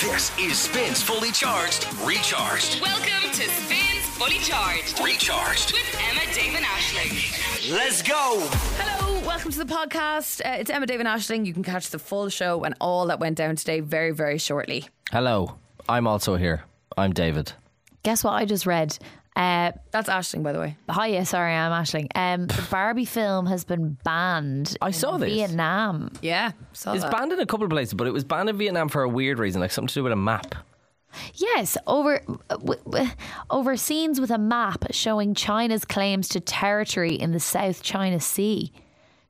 This is Spins Fully Charged, Recharged, Welcome to Spins Fully Charged Recharged. with Emma Damon Ashley. Let's go! Hello, welcome to the podcast. Uh, it's Emma David Ashling. You can catch the full show and all that went down today very, very shortly. Hello, I'm also here. I'm David. Guess what I just read? Uh, That's Ashling, by the way. hiya, sorry, I'm Ashling. Um, the Barbie film has been banned. I in saw this. Vietnam. Yeah, saw It's Uh, that. banned in a couple of places, but it was banned in Vietnam for a weird reason, like something to do with a map. Yes, over uh, w- w- over scenes with a map showing China's claims to territory in the South China Sea.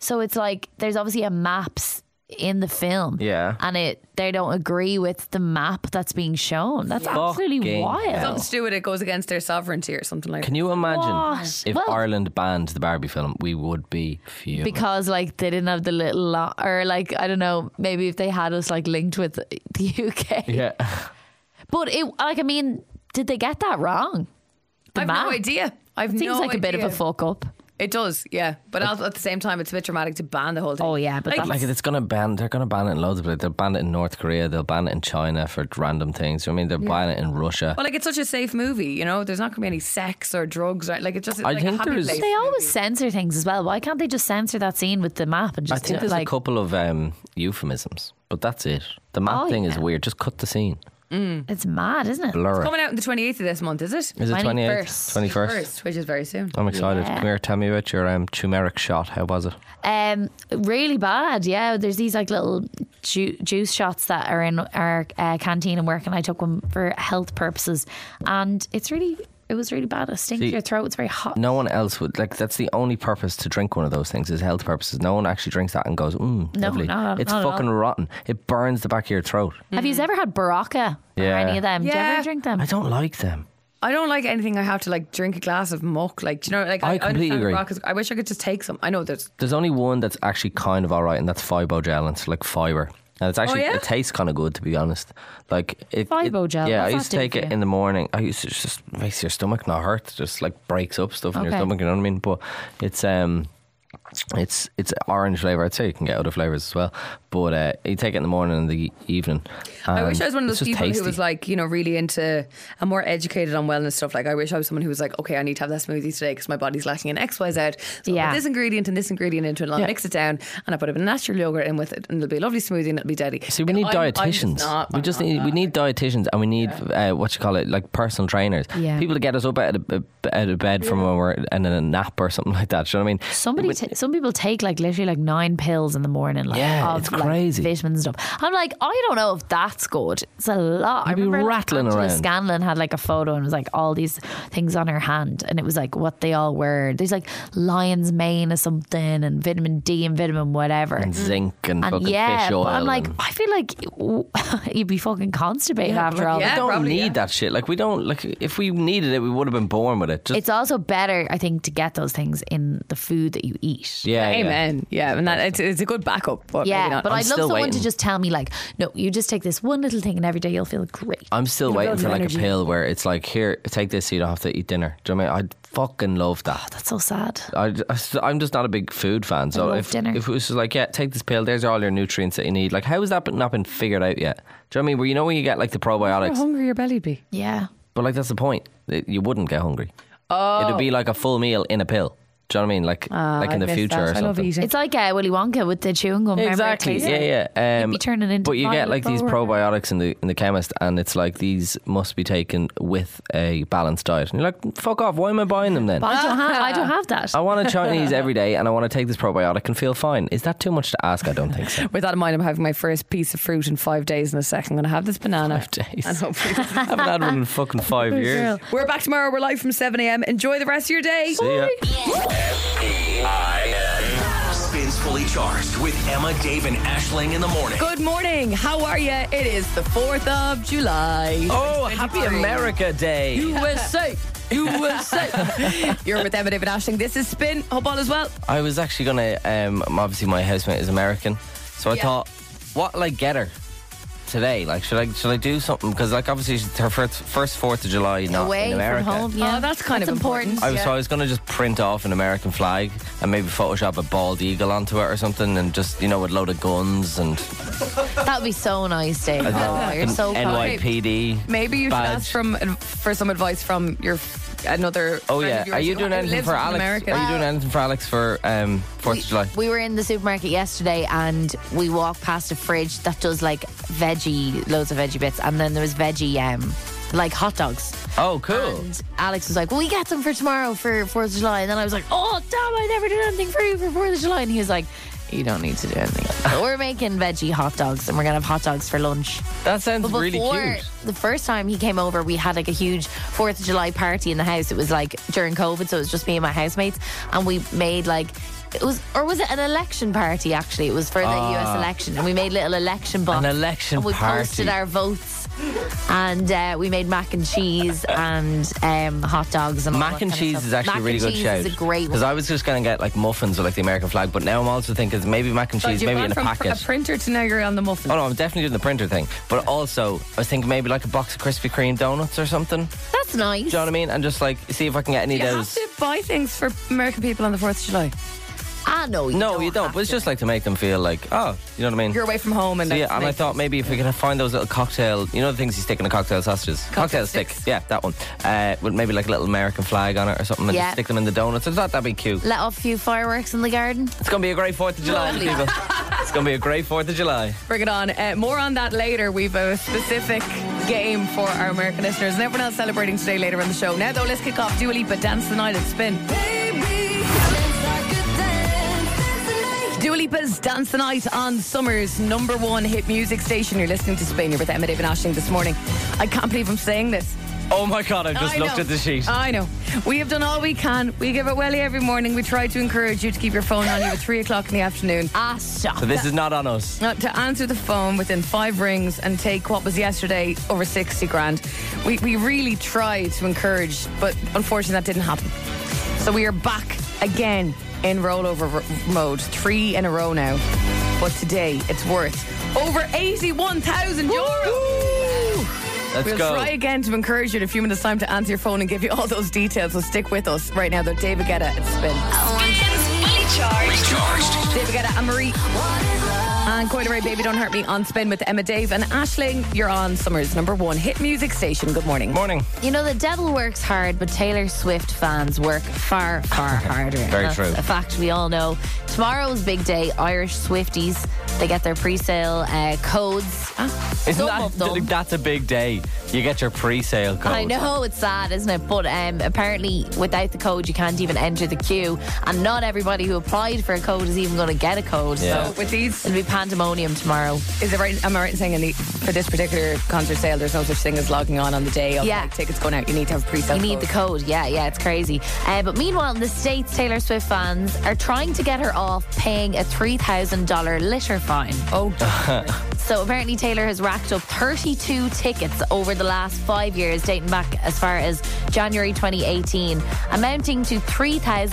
So it's like there's obviously a maps in the film. Yeah. And it they don't agree with the map that's being shown. That's absolutely Fucking wild. Something to do with it goes against their sovereignty or something like Can you imagine What? if Well- Ireland banned the Barbie film? We would be fuming. because like they didn't have the little lo- or like I don't know maybe if they had us like linked with the UK yeah, but it like I mean did they get that wrong that. I've map. no idea. I've seems no like a bit of a idea. fuck up It does, yeah. But also at the same time, it's a bit dramatic to ban the whole thing. Oh, yeah, but like, that's- like it's gonna ban. They're gonna ban it in loads of places. They'll ban it in North Korea. They'll ban it in China for random things. You know what I mean, they're banning it in Russia. well, like it's such a safe movie, you know. There's not going to be any sex or drugs, or like it's just I like a think happy there's- place. they always censor things as well why can't they just censor that scene with the map and I just think do it, there's like a couple of um, euphemisms, but that's it. The map Oh, thing is yeah. weird. Just cut the scene. it's mad isn't it Blur. it. Coming out on the 28th of this month, is it? Is it 21st. 28th? 21st? First, which is very soon. I'm excited. Come here, tell me about your um, turmeric shot. How was it? Um, really bad. Yeah, there's these like little ju- juice shots that are in our uh, canteen and work, and I took one for health purposes, and it's really. It was really bad. It stinks See- your throat. It's very hot. No one else would like. That's the only purpose to drink one of those things is health purposes. No one actually drinks that and goes, mm, No, lovely. not at- it's not at all. Mm-hmm. fucking rotten. It burns the back of your throat. Have you ever had Baraka or Mm-hmm. Yeah. any of them? Do you Yeah. ever drink them? I don't like them. I don't like anything. I have to like drink a glass of muck. Like do you know, like I completely understand agree. rock is- I wish I could just take some. I know there's There's only one that's actually kind of all right, and that's fibogel. And it's like fiber. And it's actually, Oh, yeah? it tastes kind of good, to be honest. Like it, it- Fibogel, yeah, I what's used that to do take for it you? in the morning. I used to it just makes your stomach not hurt. It just like breaks up stuff in your Okay. stomach. You know what I mean? But it's um, it's it's orange flavor. I'd say you can get other flavors as well. But uh, you take it in the morning and the evening. I wish and I was one of Um, it's those just people tasty. who was like, you know, really into and more educated on wellness stuff. Like, I wish I was someone who was like, okay, I need to have that smoothie today because my body's lacking in X, Y, Z. So I'll Yeah. put this ingredient and this ingredient into it, and I'll Yeah. mix it down, and I put a bit of natural yogurt in with it, and it'll be a lovely smoothie, and it'll be deadly. See, we need Like, I'm- I'm just dietitians. not- we I'm just not need we that. need dietitians, and we need uh, what you call it, like personal trainers. Yeah. People to get us up out of, uh, out of bed from when we're in a nap or something like that. Do you know what I mean? Somebody, ta some people take like literally like nine pills in the morning. Like, Yeah, of, it's like, crazy. vitamins and stuff. I'm like, I don't know if that's good. It's a lot. I You'd be remember like, rattling Angela around. Scanlon had like a photo and was like all these things on her hand, and it was like what they all were. There's like lion's mane or something, and vitamin D and vitamin whatever. And zinc and, And fucking yeah, fish oil. but I'm like, and- I feel like you'd be fucking constipated after all. yeah. we don't probably, need yeah. that shit. Like we don't like if we needed it, we would have been born with it. Just It's also better, I think, to get those things in the food that you eat. yeah, yeah. Amen. Yeah, and that it's, it's a good backup. But maybe Yeah, not. but I'd love still someone waiting. to just tell me, like, no, you just take this one little thing and every day you'll feel great. I'm still It'll waiting build for your like energy. a pill where it's like, here, take this so you don't have to eat dinner. Do you know what I mean? I'd fucking love that. That's so sad. I, am just not a big food fan. So love if, dinner. if it was just like, yeah, take this pill, there's all your nutrients that you need. Like, how has that been, not been figured out yet? Do you know what I mean? Where you know when you get like the How probiotics, hungry your belly'd be. Yeah. but like that's the point. It- you wouldn't get hungry. Oh. It'd be like a full meal in a pill. Do you know what I mean? Oh, Like, like in I'd the miss future Ah, that. or I love something. eating. It's like uh, Willy Wonka with the chewing gum. remember? It Exactly. tastes like- Yeah, yeah. Um, be turning into but you get Violet like these Bower. probiotics in the in the chemist, and it's like these must be taken with a balanced diet. And you're like, fuck off. Why am I buying them then? But I don't, have, I don't have that. I want a Chinese every day, and I want to take this probiotic and feel fine. Is that too much to ask? I don't think so. With that in mind, I'm having my first piece of fruit in five days in a second. I'm going to have this banana. Five days. And hopefully I haven't had one in fucking five years. We're back tomorrow. We're live from 7 a.m. Enjoy the rest of your day. See ya. S-P-I-N. Spins Fully Charged with Emma, Dave, and Ashling in the morning. Good morning. How are you? It is the 4th of July. Oh, happy America Day. USA. USA. You're with Emma David Ashling. This is Spin. Hope all is well. I was actually gonna. Um, obviously, my housemate is American, so I Yeah. thought, what'll I get her? today? Like, should I should I do something? Because like obviously it's her first first Fourth of July not away in from America. home. Yeah, Oh, that's kind of important. I was, yeah. so I was going to just print off an American flag and maybe Photoshop a bald eagle onto it or something, and just you know with a load of guns and That would be so nice, Dave. I don't know, Oh, you're so kind. NYPD. Maybe you should badge. ask from for some advice from your f- another. Oh friend yeah, of yours are you who doing lives anything for in Alex? Oh, America. Are you doing anything for Alex for um, Fourth of July? We were in the supermarket yesterday and we walked past a fridge that does like veggie, loads of veggie bits, and then there was veggie, um, like hot dogs. Oh, cool. And Alex was like, "Well, we got some for tomorrow for Fourth of July," and then I was like, "Oh, damn! I never did anything for you for Fourth of July," and he was like. You don't need to do anything. But we're making veggie hot dogs and we're going to have hot dogs for lunch. that sounds But really before cute. the first time he came over, we had like a huge Fourth of July party in the house. It was like during COVID, so it was just me and my housemates, and we made like it was or was it an election party? Actually, it was for the U.S. election, and we made little election box, Ah. An election and we party. posted our votes, and uh, we made mac and cheese and um, hot dogs and all Mac that and kind of cheese stuff. is actually mac a really and good cheese shout. Is a great Because one. I was just going to get like muffins with like the American flag, but now I'm also thinking it's maybe mac and God, cheese, you've maybe gone in a from packet. a printer to now you're on the muffin. Oh no, I'm definitely doing the printer thing. But also, I was thinking maybe like a box of Krispy Kreme donuts or something. Do That's nice. you know what I mean? And just like see if I can get any you of have those. to buy things for American people on the Fourth of July. I know you. No, don't you don't. have But it's to. just like to make them feel like, oh, you know what I mean? You're away from home, and So, that's yeah, and I like- thought maybe if we could find those little cocktail, you know, the things you stick in the cocktail sausages, cocktail, stick, sticks. yeah, that one, uh, with maybe like a little American flag on it or something, and Yeah. just stick them in the donuts. I thought that'd be cute. let off a few fireworks in the garden. It's gonna be a great Fourth of July, Lovely. people. It's gonna be a great Fourth of July. Bring it on. Uh, more on that later. We've a specific game for our American listeners and everyone else celebrating today later in the show. Now, though, let's kick off Dua Lipa, Dance the Night at Spin. Dua Lipa's Dance the Night on Summer's number one hit music station. You're listening to Spin. You're with Emma David Ashling this morning. I can't believe I'm saying this. Oh my god, I've just I looked know. Uh, at the sheet. I know. We have done all we can. We give it welly every morning. We try to encourage you to keep your phone on you at three o'clock in the afternoon. Ah, stop. so this is not on us. Not Uh, to answer the phone within five rings and take what was yesterday over 60 grand. We, we really tried to encourage, but unfortunately that didn't happen. So we are back again in rollover r- mode, three in a row now. But today it's worth over 81,000 euros. Let's We'll go. try again to encourage you in a few minutes' time to answer your phone and give you all those details. So stick with us right now. They're David Guetta at Spin. Spins Fully Charged. Recharged. David Guetta and Marie. And Coil Ray Baby Don't Hurt Me on Spin with Emma Dave and Ashling. You're on Summer's number one hit music station. Good morning. Morning. You know, the devil works hard, but Taylor Swift fans work far, far harder. Very That's true. A fact we all know. Tomorrow's big day, Irish Swifties. They get their pre-sale uh, codes. Isn't Some of that them. that's a big day? You get your pre-sale code. I know it's sad, isn't it? But um, apparently, without the code, you can't even enter the queue, and not everybody who applied for a code is even going to get a code. Yeah. So With these, it'll be pandemonium tomorrow. is it right? Am I right in saying in the, for this particular concert sale, there's no such thing as logging on on the day of Yeah. like, tickets going out? You need to have pre sale. You need the code. Yeah, yeah, it's crazy. Uh, but meanwhile, in the States, Taylor Swift fans are trying to get her off paying a $3,000 litter fine. Oh, God. So apparently, Taylor has racked up 32 tickets over the last five years, dating back as far as January 2018, amounting to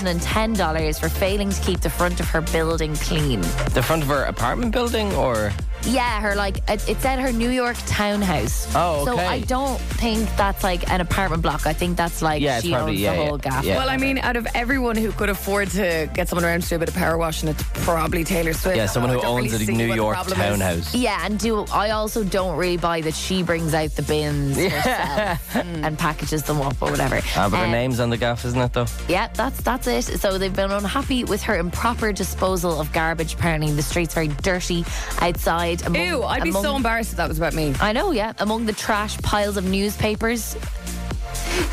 $3,010 for failing to keep the front of her building clean. The front of her apartment building, or Yeah, her like it, it said her New York townhouse. Oh, So okay. I don't think that's like an apartment block. I think that's like Yeah, it's she probably- owns yeah, the yeah, whole gaff. yeah. well, I mean, out of everyone who could afford to get someone around to do a bit of power washing, it's probably Taylor Swift. yeah, someone Oh, I who don't owns really a see what New the York problem is. E townhouse. Yeah, and do I also don't really buy that she brings out the bins herself and packages them up or whatever. Ah, but her Um, name's on the gaff, isn't it? Though. Yeah, that's that's it. So they've been unhappy with her improper disposal of garbage. Apparently, the streets very dirty outside. Among, Ew, I'd be among- so embarrassed if that was about me. I know, yeah. Among the trash piles of newspapers.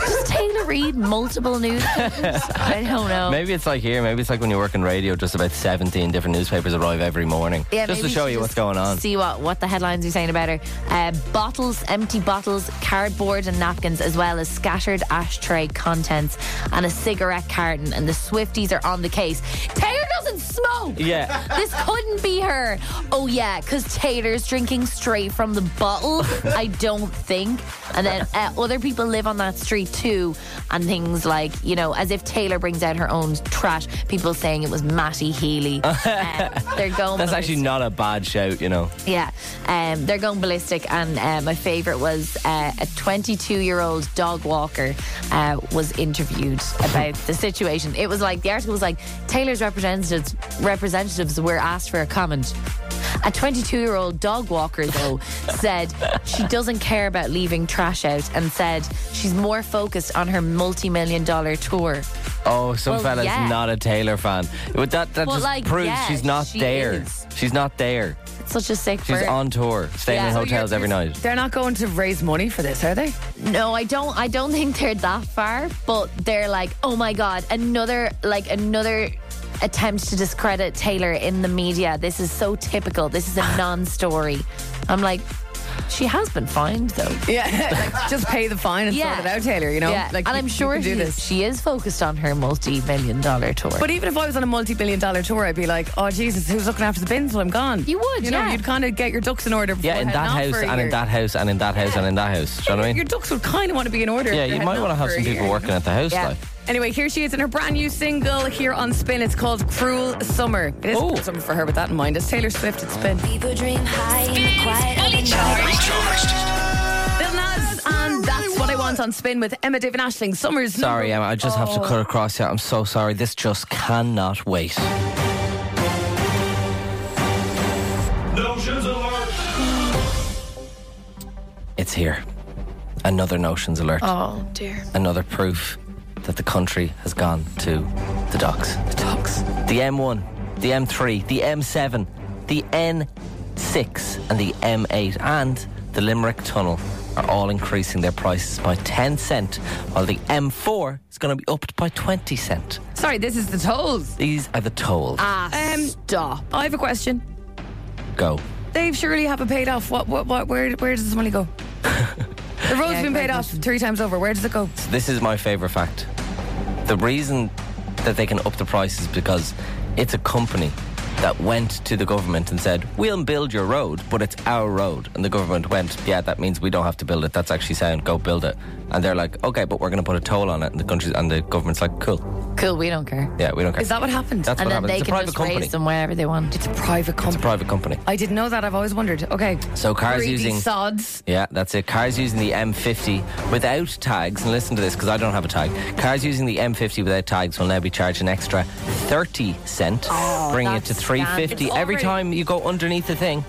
Does Taylor read multiple newspapers? I don't know. Maybe it's like here. Maybe it's like when you work in radio. Just about seventeen different newspapers arrive every morning, just maybe to show she you what's just going on. See what, what the headlines are saying about her. Uh, bottles, empty bottles, cardboard and napkins, as well as scattered ashtray contents and a cigarette carton. And the Swifties are on the case. Taylor doesn't smoke. Yeah. This couldn't be her. Oh, yeah, because Taylor's drinking straight from the bottle, I don't think. And then uh, other people live on that street too. And things like, you know, as if Taylor brings out her own trash, people saying it was Matty Healy. Uh, they're going. That's actually not a bad shout, you know. Yeah, um, they're going ballistic, and uh, my favourite was uh, a 22-year-old dog walker uh, was interviewed about the situation. It was like the article was like Taylor's representatives representatives were asked for a comment. A 22-year-old dog walker though said she doesn't care about leaving trash out, and said she's more focused on her multi-million dollar tour. Oh, some Well, fella's yeah. not a Taylor fan. But that that Well, just like, proves yeah, she's not she there. is. She's not there. It's such a sick. She's bird. on tour, staying Yeah. in So You're- hotels every night. They're not going to raise money for this, are they? No, I don't. I don't think they're that far, but they're like, oh my god, another like another attempt to discredit Taylor in the media. This is so typical. This is a non-story. I'm like, she has been fined though. Yeah, like, just pay the fine and sort it out, Taylor. You know, yeah. like and you- I'm you sure can she, do this. she is focused on her multi-million dollar tour. But even if I was on a multi-billion dollar tour, I'd be like, "Oh Jesus, who's looking after the bins when I'm gone?" You would, you know, yeah. you'd kind of get your ducks in order. Before Yeah, in heading that off house for a and in year. that house and in that house and in that house. Do you know what I Your mean? ducks would kind of want to be in order. if Yeah, you're you heading might want to off have for a some people year. working at the house, Yeah. like. Anyway, here she is in her brand new single here on Spin. It's called Cruel Summer. It is Oh. cruel summer for her with that in mind. It's Taylor Swift at Spin. People dream high in the quiet of the Spins Fully night. Charged. Recharged. Lil Nas and That's What I Want on Spin with Emma David Ashling. Summer's Sorry, number- Emma, I just have to cut across here. I'm so sorry. This just cannot wait. Notions alert. It's here. Another notions alert. oh, Another proof that the country has gone to the docks. The docks. The M1, the M3, the M7, the N6, and the M8, and the Limerick Tunnel are all increasing their prices by 10 cent, while the M4 is going to be upped by 20 cent. Sorry, this is the tolls. These are the tolls. Um, Ah, stop. I have a question. Go. They surely haven't paid off. What? What? What? Where? Where does this money go? the road's been paid off three times over. Where does it go? This is my favourite fact. The reason that they can up the price is because it's a company that went to the government and said, We'll build your road, but it's our road. And the government went, Yeah, that means we don't have to build it. That's actually sound. Go build it. And they're like, Okay, but we're going to put a toll on it. And the country and the government's like, Cool. Cool. We don't care. Yeah, we don't care. Is that what happened? That's And what then happened. they It's a can private just company. raise them wherever they want. it's a private It's a company. private company. I didn't know that. I've always wondered. Okay. So cars Greedy using- sods. Yeah, that's it. Cars using the M50 without tags, and listen to this because I don't have a tag. Cars using the M50 without tags will now be charged an extra 30 cent, bringing it to that's 350 scandal. every Oh, It's time you go underneath the thing.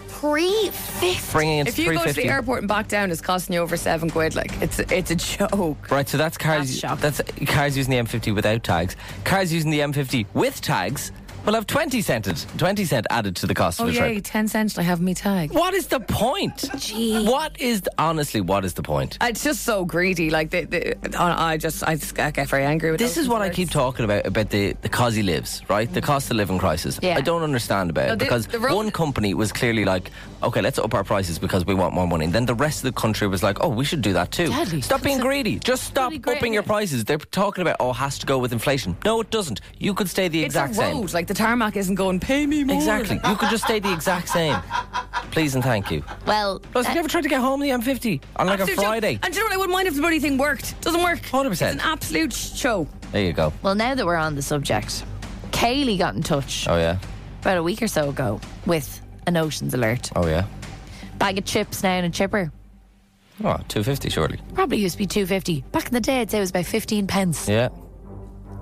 350. Bringing it If to you go to 350. the airport and back down, it's costing you over seven quid. Like it's it's a joke. Right, so that's That's cars. shocking. That's, cars using the M50 without tags. Cars using the M50 with tags will have 20 cented, 20 cent added to the cost Oh of the yay, trip. ten cents. I have me tag. What is the point? What is the, honestly? What is the point? It's just so greedy. Like they, they, I I just I, just- I get very angry with This those is what I words. Mm. keep talking about about the the cause he lives, right? The cost of living crisis. Yeah. I don't understand about No, it the- because the road- one company was clearly like, okay, let's up our prices because we want more money. And then the rest of the country was like, oh, we should do that too. Deadly. Stop being greedy. Just stop really great upping your idea. prices. They're talking about oh, has to go with inflation. No, it doesn't. You could stay the It's a exact same. road. Like the tarmac isn't going. Pay me more. Exactly. You could just stay the exact same. Please and thank you. Well, uh, Plus, you never tried to get home the M50 on like a Absolute joke. Friday. And do you know what? I wouldn't mind if the bloody thing worked. Doesn't work. 100%. It's an absolute show. There you go. well, now that we're on the subject, Kaylee got in touch. Oh yeah. about a week or so ago with an oceans alert. Oh yeah. Bag of chips now and a chipper. Oh, 250 surely. Probably used to be two fifty. Back in the day I'd say it was about fifteen pence. Yeah.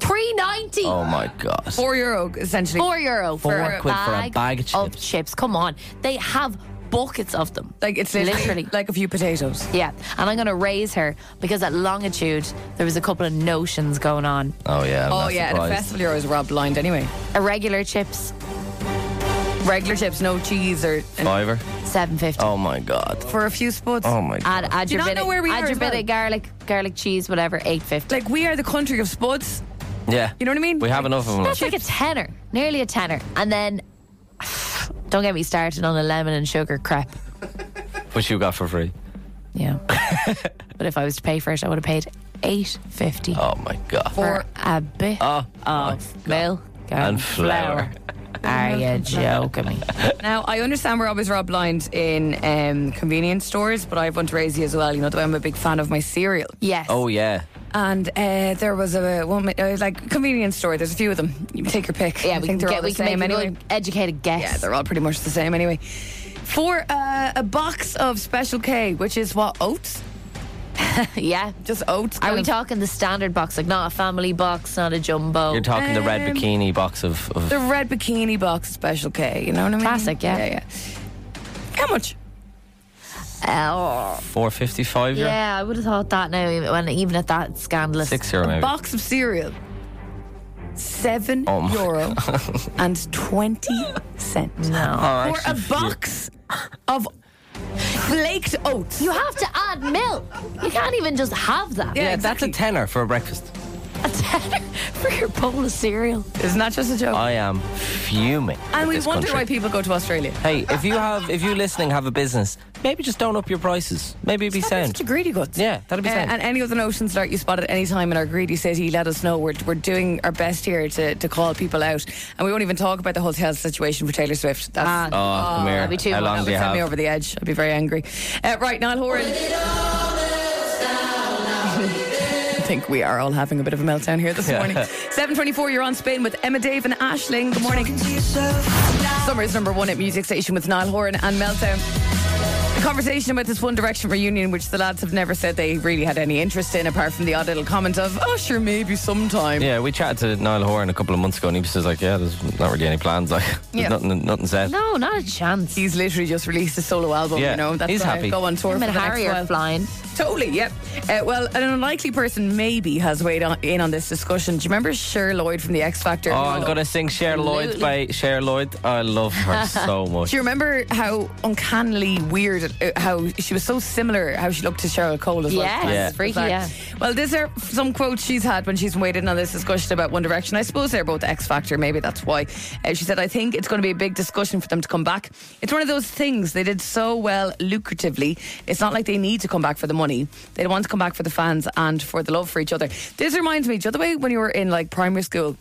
Three ninety. Oh my god. Four euro essentially. Four euro for, Four a, quid for a bag bag of of chips. chips. Come on. They have buckets of them. Like it's literally, literally. like a few potatoes. Yeah, and I'm going to raise her because at longitude there was a couple of notions going on. Oh yeah. I'm Oh not yeah, and a surprised. festival euro is robbed blind anyway. Irregular chips, Regular chips, no cheese or and Fiver. seven fifty. Oh my god. for a few spuds. Oh my god. Add, add Do you your not bit know of- where we add are your as bit well? of garlic, garlic cheese, whatever, eight fifty. Like we are the country of spuds. yeah. You know what I mean? We have enough of them. That's like a tenner, nearly a tenner. And then, don't get me started on a lemon and sugar crepe. Which you got for free. Yeah. but if I was to pay for it, I Oh. would have paid eight fifty Oh my god. for a bit Oh, of milk. and flour. Are you joking me? Now, I understand we're always robbed blind in um, convenience stores, but I have one to raise you as well. You know, that I'm a big fan of my cereal. Yes. Oh yeah, And uh, there was a woman, uh, like convenience store. There's a few of them. You take your pick. yeah, I we think can they're get all the we can same make a anyway. good educated guess. Yeah, they're all pretty much the same anyway. For uh, a box of Special K, which is what oats, Yeah. just oats. Are kind we of- talking the standard box, like not a family box, not a jumbo? you're talking the red Um, bikini box of. of the red bikini box of Special K? You know what I mean? Classic, yeah. yeah, yeah. How much? Oh, 455 euro? yeah, I would have thought that now, when, even at that scandalous. Six euro maybe. Box of cereal. Seven Oh my euro and twenty cents. No. Oh, Or a actually, box of flaked oats. You have to add milk. You can't even just have that. Yeah, Yeah, that's a exactly. tenner for a breakfast. That's for your bowl of cereal. Isn't that just a joke? I am fuming. and with we this wonder country. why people go to Australia. Hey, if you have, if you listening have a business, maybe just don't up your prices. Maybe it'd be Stop being sound. Such a greedy goods. Yeah, that'd be Uh, sound. and any of the notions that you spot at any time in our greedy city, let us know. We're, we're doing our best here to, to call people out. And we won't even talk about the hotel situation for Taylor Swift. That's, Ah, oh, come here. that'd be too How much. long that do you would send me have? over the edge. I'd be very angry. Uh, right, Niall Horan. I think we are all having a bit of a meltdown here this morning. 7.24, you're on Spain with Emma Dave and Ashling. Good morning. Summer's number one at Music Station with Niall Horan and Meltdown. The conversation about this One Direction reunion, which the lads have never said they really had any interest in, apart from the odd little comment of, oh, sure, maybe sometime. Yeah, we chatted to Niall Horan a couple of months ago, and he was just like, "Yeah, there's not really any plans. Like, there's Yeah. nothing, nothing said." No, not a chance. He's literally just released a solo album, Yeah, you know. That's he's gonna happy. Go on tour Him for and the Harry next are while. flying. Totally, yep. Uh, well, an unlikely person maybe has weighed on, in on this discussion. Do you remember Cher Lloyd from The X Factor? Oh, I'm gonna sing Cher Lloyd by Cher Lloyd. I love her so much. Do you remember how uncannily weird, uh, how she was so similar, how she looked to Cheryl Cole as Yes, well? Yeah. freaky, Bizarre. yeah. Well, these are some quotes she's had when she's been waiting on this discussion about One Direction. I suppose they're both X Factor, maybe that's why. Uh, she said, I think it's going to be a big discussion for them to come back. It's one of those things they did so well lucratively. It's not like they need to come back for the money. They want to come back for the fans and for the love for each other. This reminds me, do you know the way when you were in like primary school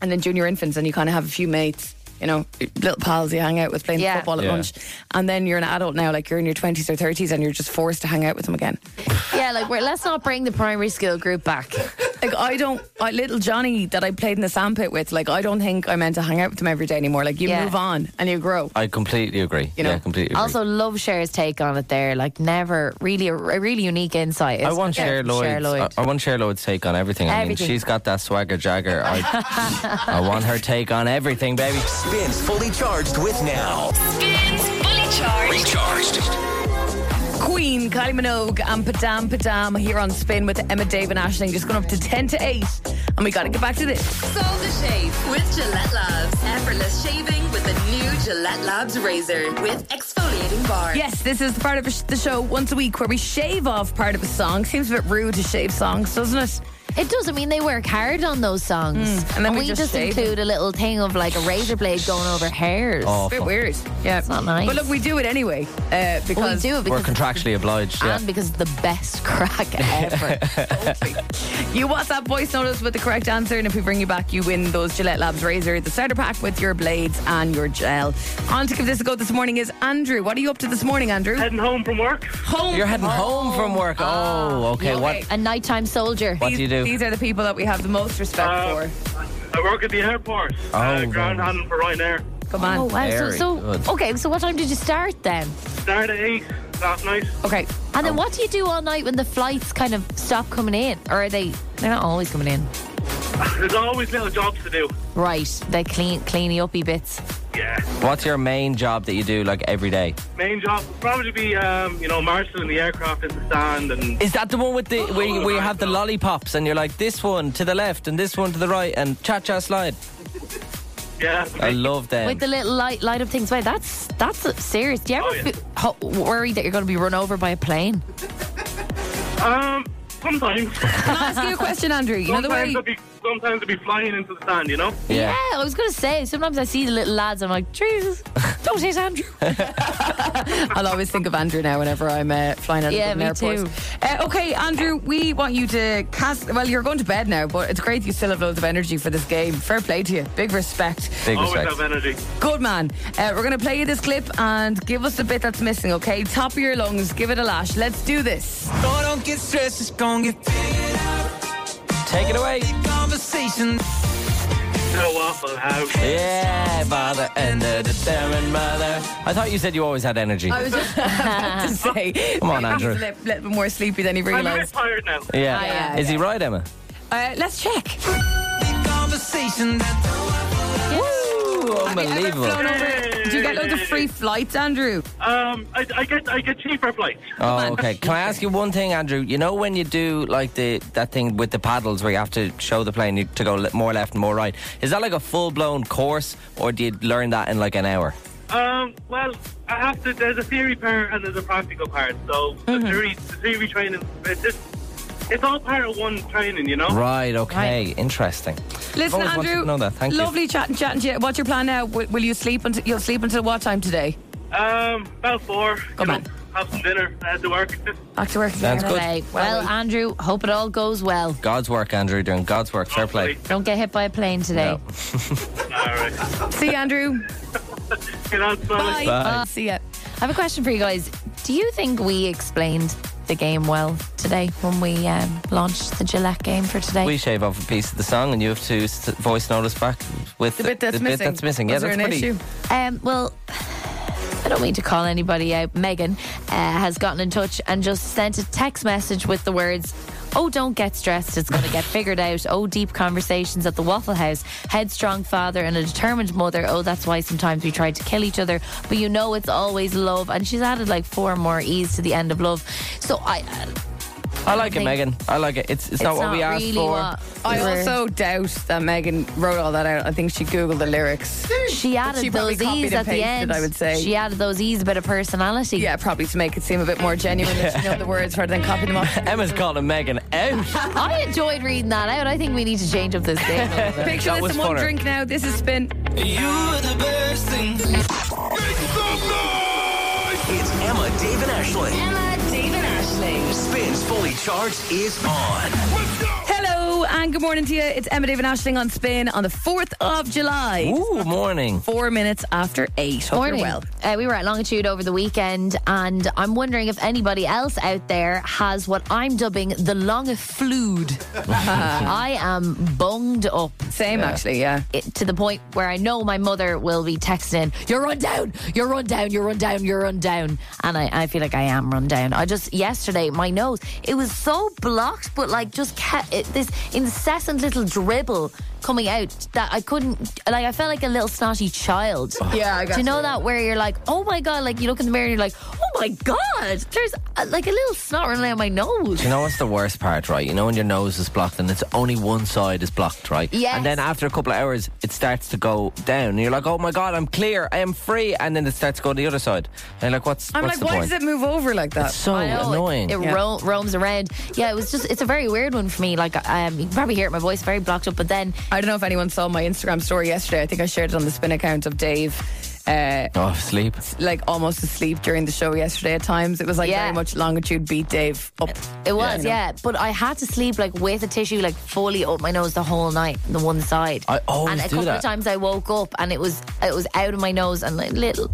and then junior infants and you kind of have a few mates? You know, little pals you hang out with playing Yeah. football at Yeah. lunch. And then you're an adult now, like you're in your 20s or 30s, and you're just forced to hang out with them again. Yeah, like, we're, let's not bring the primary school group back. Like I don't, I, little Johnny that I played in the sandpit with, like I don't think I meant to hang out with him every day anymore. Like you Yeah. move on and you grow. I completely agree. You know, yeah, completely agree. Also, love Cher's take on it there. Like, never really a, a really unique insight. I It's want from Cher Lloyd. Uh, I, I want Cher Lloyd's take on everything. I mean, Everything. she's got that swagger jagger. I, I want her take on everything, baby. Spins fully charged with now. Spins Fully Charged. Recharged. Queen, Kylie Minogue, and Padam Padam here on Spin with Emma, Dave, and Ashling. Just going up to ten to eight, and we got to get back to this. Solve the shave with Gillette Labs. Effortless shaving with the new Gillette Labs razor with exfoliating bar. Yes, this is the part of the show once a week where we shave off part of a song. Seems a bit rude to shave songs, doesn't it? It does. I mean, they work hard on those songs, Mm, and then we we just just, shave include a little thing of like a razor blade going over hairs. Oh, A bit fuck. weird. Yeah, It's not nice. But look, we do it anyway uh, Well, because we do it We're because contractually obliged. Yeah. and because it's the best crack ever. You WhatsApp voice notice with the correct answer, and if we bring you back, you win those Gillette Labs razor, the starter pack with your blades and your gel. On to give this a go this morning is Andrew. What are you up to this morning, Andrew? Heading home from work. Home. You're heading home from work. Oh, okay. What? okay. a nighttime soldier. What do you do? These are the people that we have the most respect Uh, I work at the airport. Oh, uh, ground nice. handling for Ryanair. for. Come on. Oh wow! So, Very so- good. okay. So what time did you start then? Started at 8 last night. Okay. And Oh. then what do you do all night when the flights kind of stop coming in, or are they? They're not always coming in. There's always little jobs to do. Right. They clean cleany uppy bits. Yeah. What's your main job that you do like every day? Main job would probably be, um, you know, marshalling the aircraft in the stand and. Is that the one with the where you, where you have the lollipops and you're like this one to the left and this one to the right and cha cha slide? Yeah. I love them. With the little light light up things. Wow, that's that's serious. Do you ever Oh, yeah. fe- ho- worry that you're going to be run over by a plane? Um, sometimes. Can I ask you a question, Andrew? You know the sometimes way. I'd be, sometimes I'd be flying into the stand, you know? yeah. I was going to say. Sometimes I see the little lads. I'm like, Jesus. Don't hit Andrew. I'll always think of Andrew now whenever I'm uh, flying out Yeah, of an me airport. too. Uh, okay, Andrew, we want you to cast. Well, you're going to bed now, but it's great you still have loads of energy for this game. Fair play to you. Big respect. Big Always respect. have energy. Good man. Uh, we're going to play you this clip and give us the bit that's missing, okay? Top of your lungs, give it a lash. Let's do this. don't get stressed, it's gonna get Take it away. conversation. No waffle house. Yeah, father and the determined mother. I thought you said you always had energy. I was just about to say. Come on, maybe he's Andrew. A li- little bit more sleepy than he I'm a bit realised. tired now. yeah. Ah, yeah, Is he right, Emma? Uh, let's check. Conversation. Woo! Unbelievable. Have you ever flown over? Do you get loads of free flights, Andrew? Um, I, I get I get cheaper flights. Oh, okay. Can I ask you one thing, Andrew? You know when you do like the that thing with the paddles where you have to show the plane you- to go le- more left and more right? Is that like a full blown course, or do you learn that in like an hour? Um, well, I have to. There's a theory part and there's a practical part. So the theory, the theory training, it's just, it's all part of one training, you know. Right. Okay. Interesting. Listen, I've always wanted Andrew. to know that. Thank you. lovely chatting, chatting to you. What's your plan now? Will, will you sleep until you'll sleep until what time today? Um, about four. you Come know, on. Have some dinner. Head to work. Back to work. Sounds good. Okay. Well, Well, Andrew, hope it all goes well. God's work, Andrew. Doing God's work. Fair play. Don't get hit by a plane today. No. all right. See you, Andrew. Get on, Sonic. Bye. See ya. I have a question for you guys. Do you think we explained the game well today when we um, launched the Gillette game for today? We shave off a piece of the song, and you have to s- voice notice back with The bit that's the missing. Bit that's missing. Was yeah, there that's an pretty. issue? Um, well, I don't mean to call anybody out. Megan uh, has gotten in touch and just sent a text message with the words, Oh, don't get stressed. It's going to get figured out. Oh, deep conversations at the Waffle House. Headstrong father and a determined mother. Oh, that's why sometimes we tried to kill each other. But you know, it's always love. And she's added like four more E's to the end of love. So I. uh, I like it, think- Megan. I like it. It's, it's, not what we asked really for. what I we were- also doubt that Megan wrote all that out. I think she googled the lyrics. She added she probably those copied E's and at the pasted, end. I would say. She added those E's, a bit of personality. Yeah, probably to make it seem a bit more genuine that you know the words rather than copying them off. Emma's calling Megan out. I enjoyed reading that out. I think we need to change up this game. Picture That this was in one funner. drink now. This is spin. You're the best thing. It's Emma, Dave, and Ashling. Emma, Dave, and Ashling. Spins Fully Charged is on. Hello and good morning to you. It's Emma David Ashling on Spin on the 4th of July. Ooh, morning. Four minutes after eight. Hope Morning. you're well. Uh, we were at Longitude over the weekend, and I'm wondering if anybody else out there has what I'm dubbing the Longiflude. I am bunged up Same, actually, yeah. it, to the point where I know my mother will be texting, "You're run down, you're run down, you're run down, you're run down," and I, I feel like I am run down. I just yesterday my nose it was so blocked, but like just kept it, this incessant little dribble coming out that I couldn't like I felt like a little snotty child. Oh. Yeah, I got Do you know you. that where you're like, oh my god, like you look in the mirror and you're like, oh my god, there's uh, like a little snot running out of my nose. You know what's the worst part, right? You know when your nose is blocked and it's only one side is blocked, right? Yes. And then after a couple of hours, it starts to go down. And you're like, oh my God, I'm clear, I am free. And then it starts to go to the other side. And you're like, what's, I'm what's like, the why point? does it move over like that? so I know, it- annoying. It, Yeah. ro- roams around. Yeah, it was just, it's a very weird one for me. Like, um, you can probably hear it, in my voice very blocked up, but then I don't know if anyone saw my Instagram story yesterday. I think I shared it on the Spin account of Dave. Uh, oh, sleep. like almost asleep during the show yesterday at times. It was like Yeah. very much longitude beat Dave up. it You was, know? yeah, But I had to sleep like with a tissue like fully up my nose the whole night, the one side. I always And a do couple that. of times I woke up and it was it was out of my nose and like little,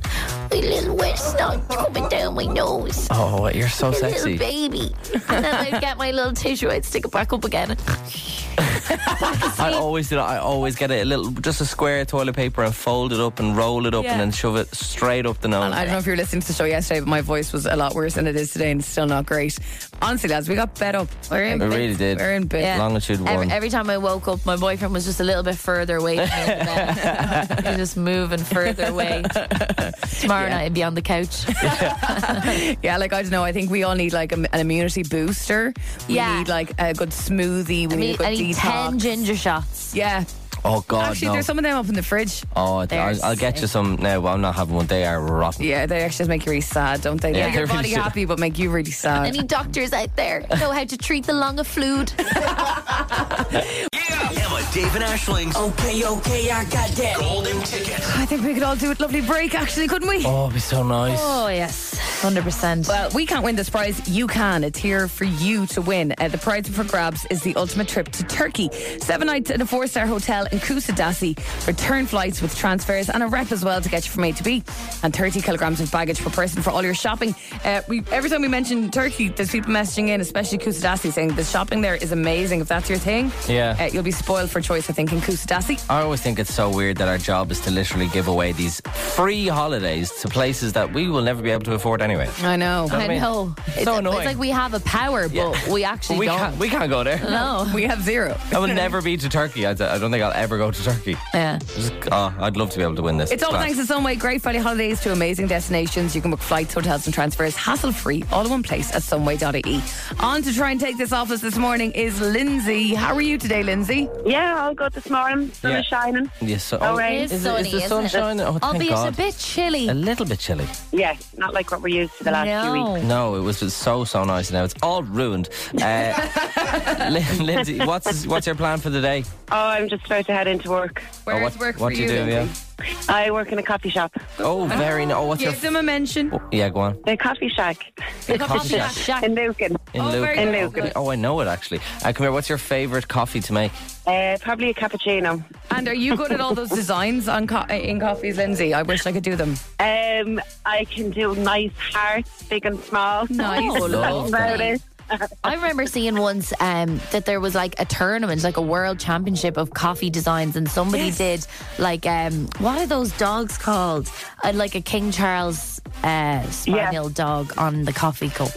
a little wet snot coming down my nose. Oh, what, you're so A sexy. little baby. And then I'd get my little tissue, I'd stick it back up again. I always do that. I always get it a little, just a square of toilet paper and fold it up and roll it up Yeah. and then shove it straight up the nose. And I don't know if you were listening to the show yesterday, but my voice was a lot worse than it is today and it's still not great. Honestly, lads, we got bed up. We're in We bed. really did. We're in bed. Yeah. Longitude one. Every, every time I woke up, my boyfriend was just a little bit further away from me. in the bed. He was just moving further away. Tomorrow night, I'd be on the couch. Yeah, like I don't know. I think we all need like a- an immunity booster. We Yeah. need like a good smoothie. We I need a need, good I need detox. 10 ginger shots. yeah, oh, God. actually, no. there's some of them up in the fridge. Oh, They're I'll, I'll get you some now, but I'm not having one. They are rotten. Yeah, they actually just make you really sad, don't they? Yeah, make your they're really body shit. happy, but make you really sad. Any doctors out there know how to treat the lung of fluid? Emma, with Dave and Ashling's Okay, okay, I got that. Golden Ticket. I think we could all do a lovely break, actually, couldn't we? Oh, it'd be so nice. Oh, yes. 100%. Well, Uh, we can't win this prize. You can. It's here for you to win. Uh, the prize for grabs is the ultimate trip to Turkey. Seven nights at a four star hotel in Kusadasi, return flights with transfers and a rep as well to get you from A to B, and 30 kilograms of baggage per person for all your shopping. Uh, we Every time we mention Turkey, there's people messaging in, especially Kusadasi, saying the shopping there is amazing. If that's your thing, Yeah. uh, you'll be spoiled for choice, I think, in Kusadasi. I always think it's so weird that our job is to literally give away these free holidays to places that we will never be able to afford anyway. I know. I know. It's, so it's annoying. like we have a power, but we actually we don't. can't, we can't go there. No. We have zero. I will never be to Turkey. I, d- I don't think I'll ever go to Turkey. Yeah. Just- oh, I'd love to be able to win this. It's all class. thanks to Sunway. Great value holidays to amazing destinations. You can book flights, hotels, and transfers hassle free, all in one place at sunway.ie. On to try and take this office this morning is Lindsay. How are you today, Lindsay? Yeah, oh all good this morning. Sun Yeah. is shining. Yes, so, Oh, oh, right. is, It is it- sunny, the isn't sun it? shining? Oh, thank Albeit God. a bit chilly. A little bit chilly. Yeah, not like what we're used to the last few No. weeks. No, it was just so so nice. Now it's all ruined. Uh, Lin- Lindsay, what's what's your plan for the day? Oh, I'm just about to head into work. oh, what, what do you, do? Yeah. I work in a coffee shop. Oh, very nice. Oh, what's your? Give them a mention. f- yeah, go on. The coffee shack The coffee shack in Lucan. in Oh, Luke. very In good. Lucan. Oh, I know it actually. Uh, come here. What's your favourite coffee to make? Uh, probably a cappuccino. And are you good at all those designs on co- in coffees, Lindsay? I wish I could do them. Um, I can do nice hearts, big and small. Nice. That's about it. I remember seeing once um, that there was like a tournament, like a world championship of coffee designs, and somebody did like um, what are those dogs called? Uh, like a King Charles uh, spaniel dog on the coffee cup.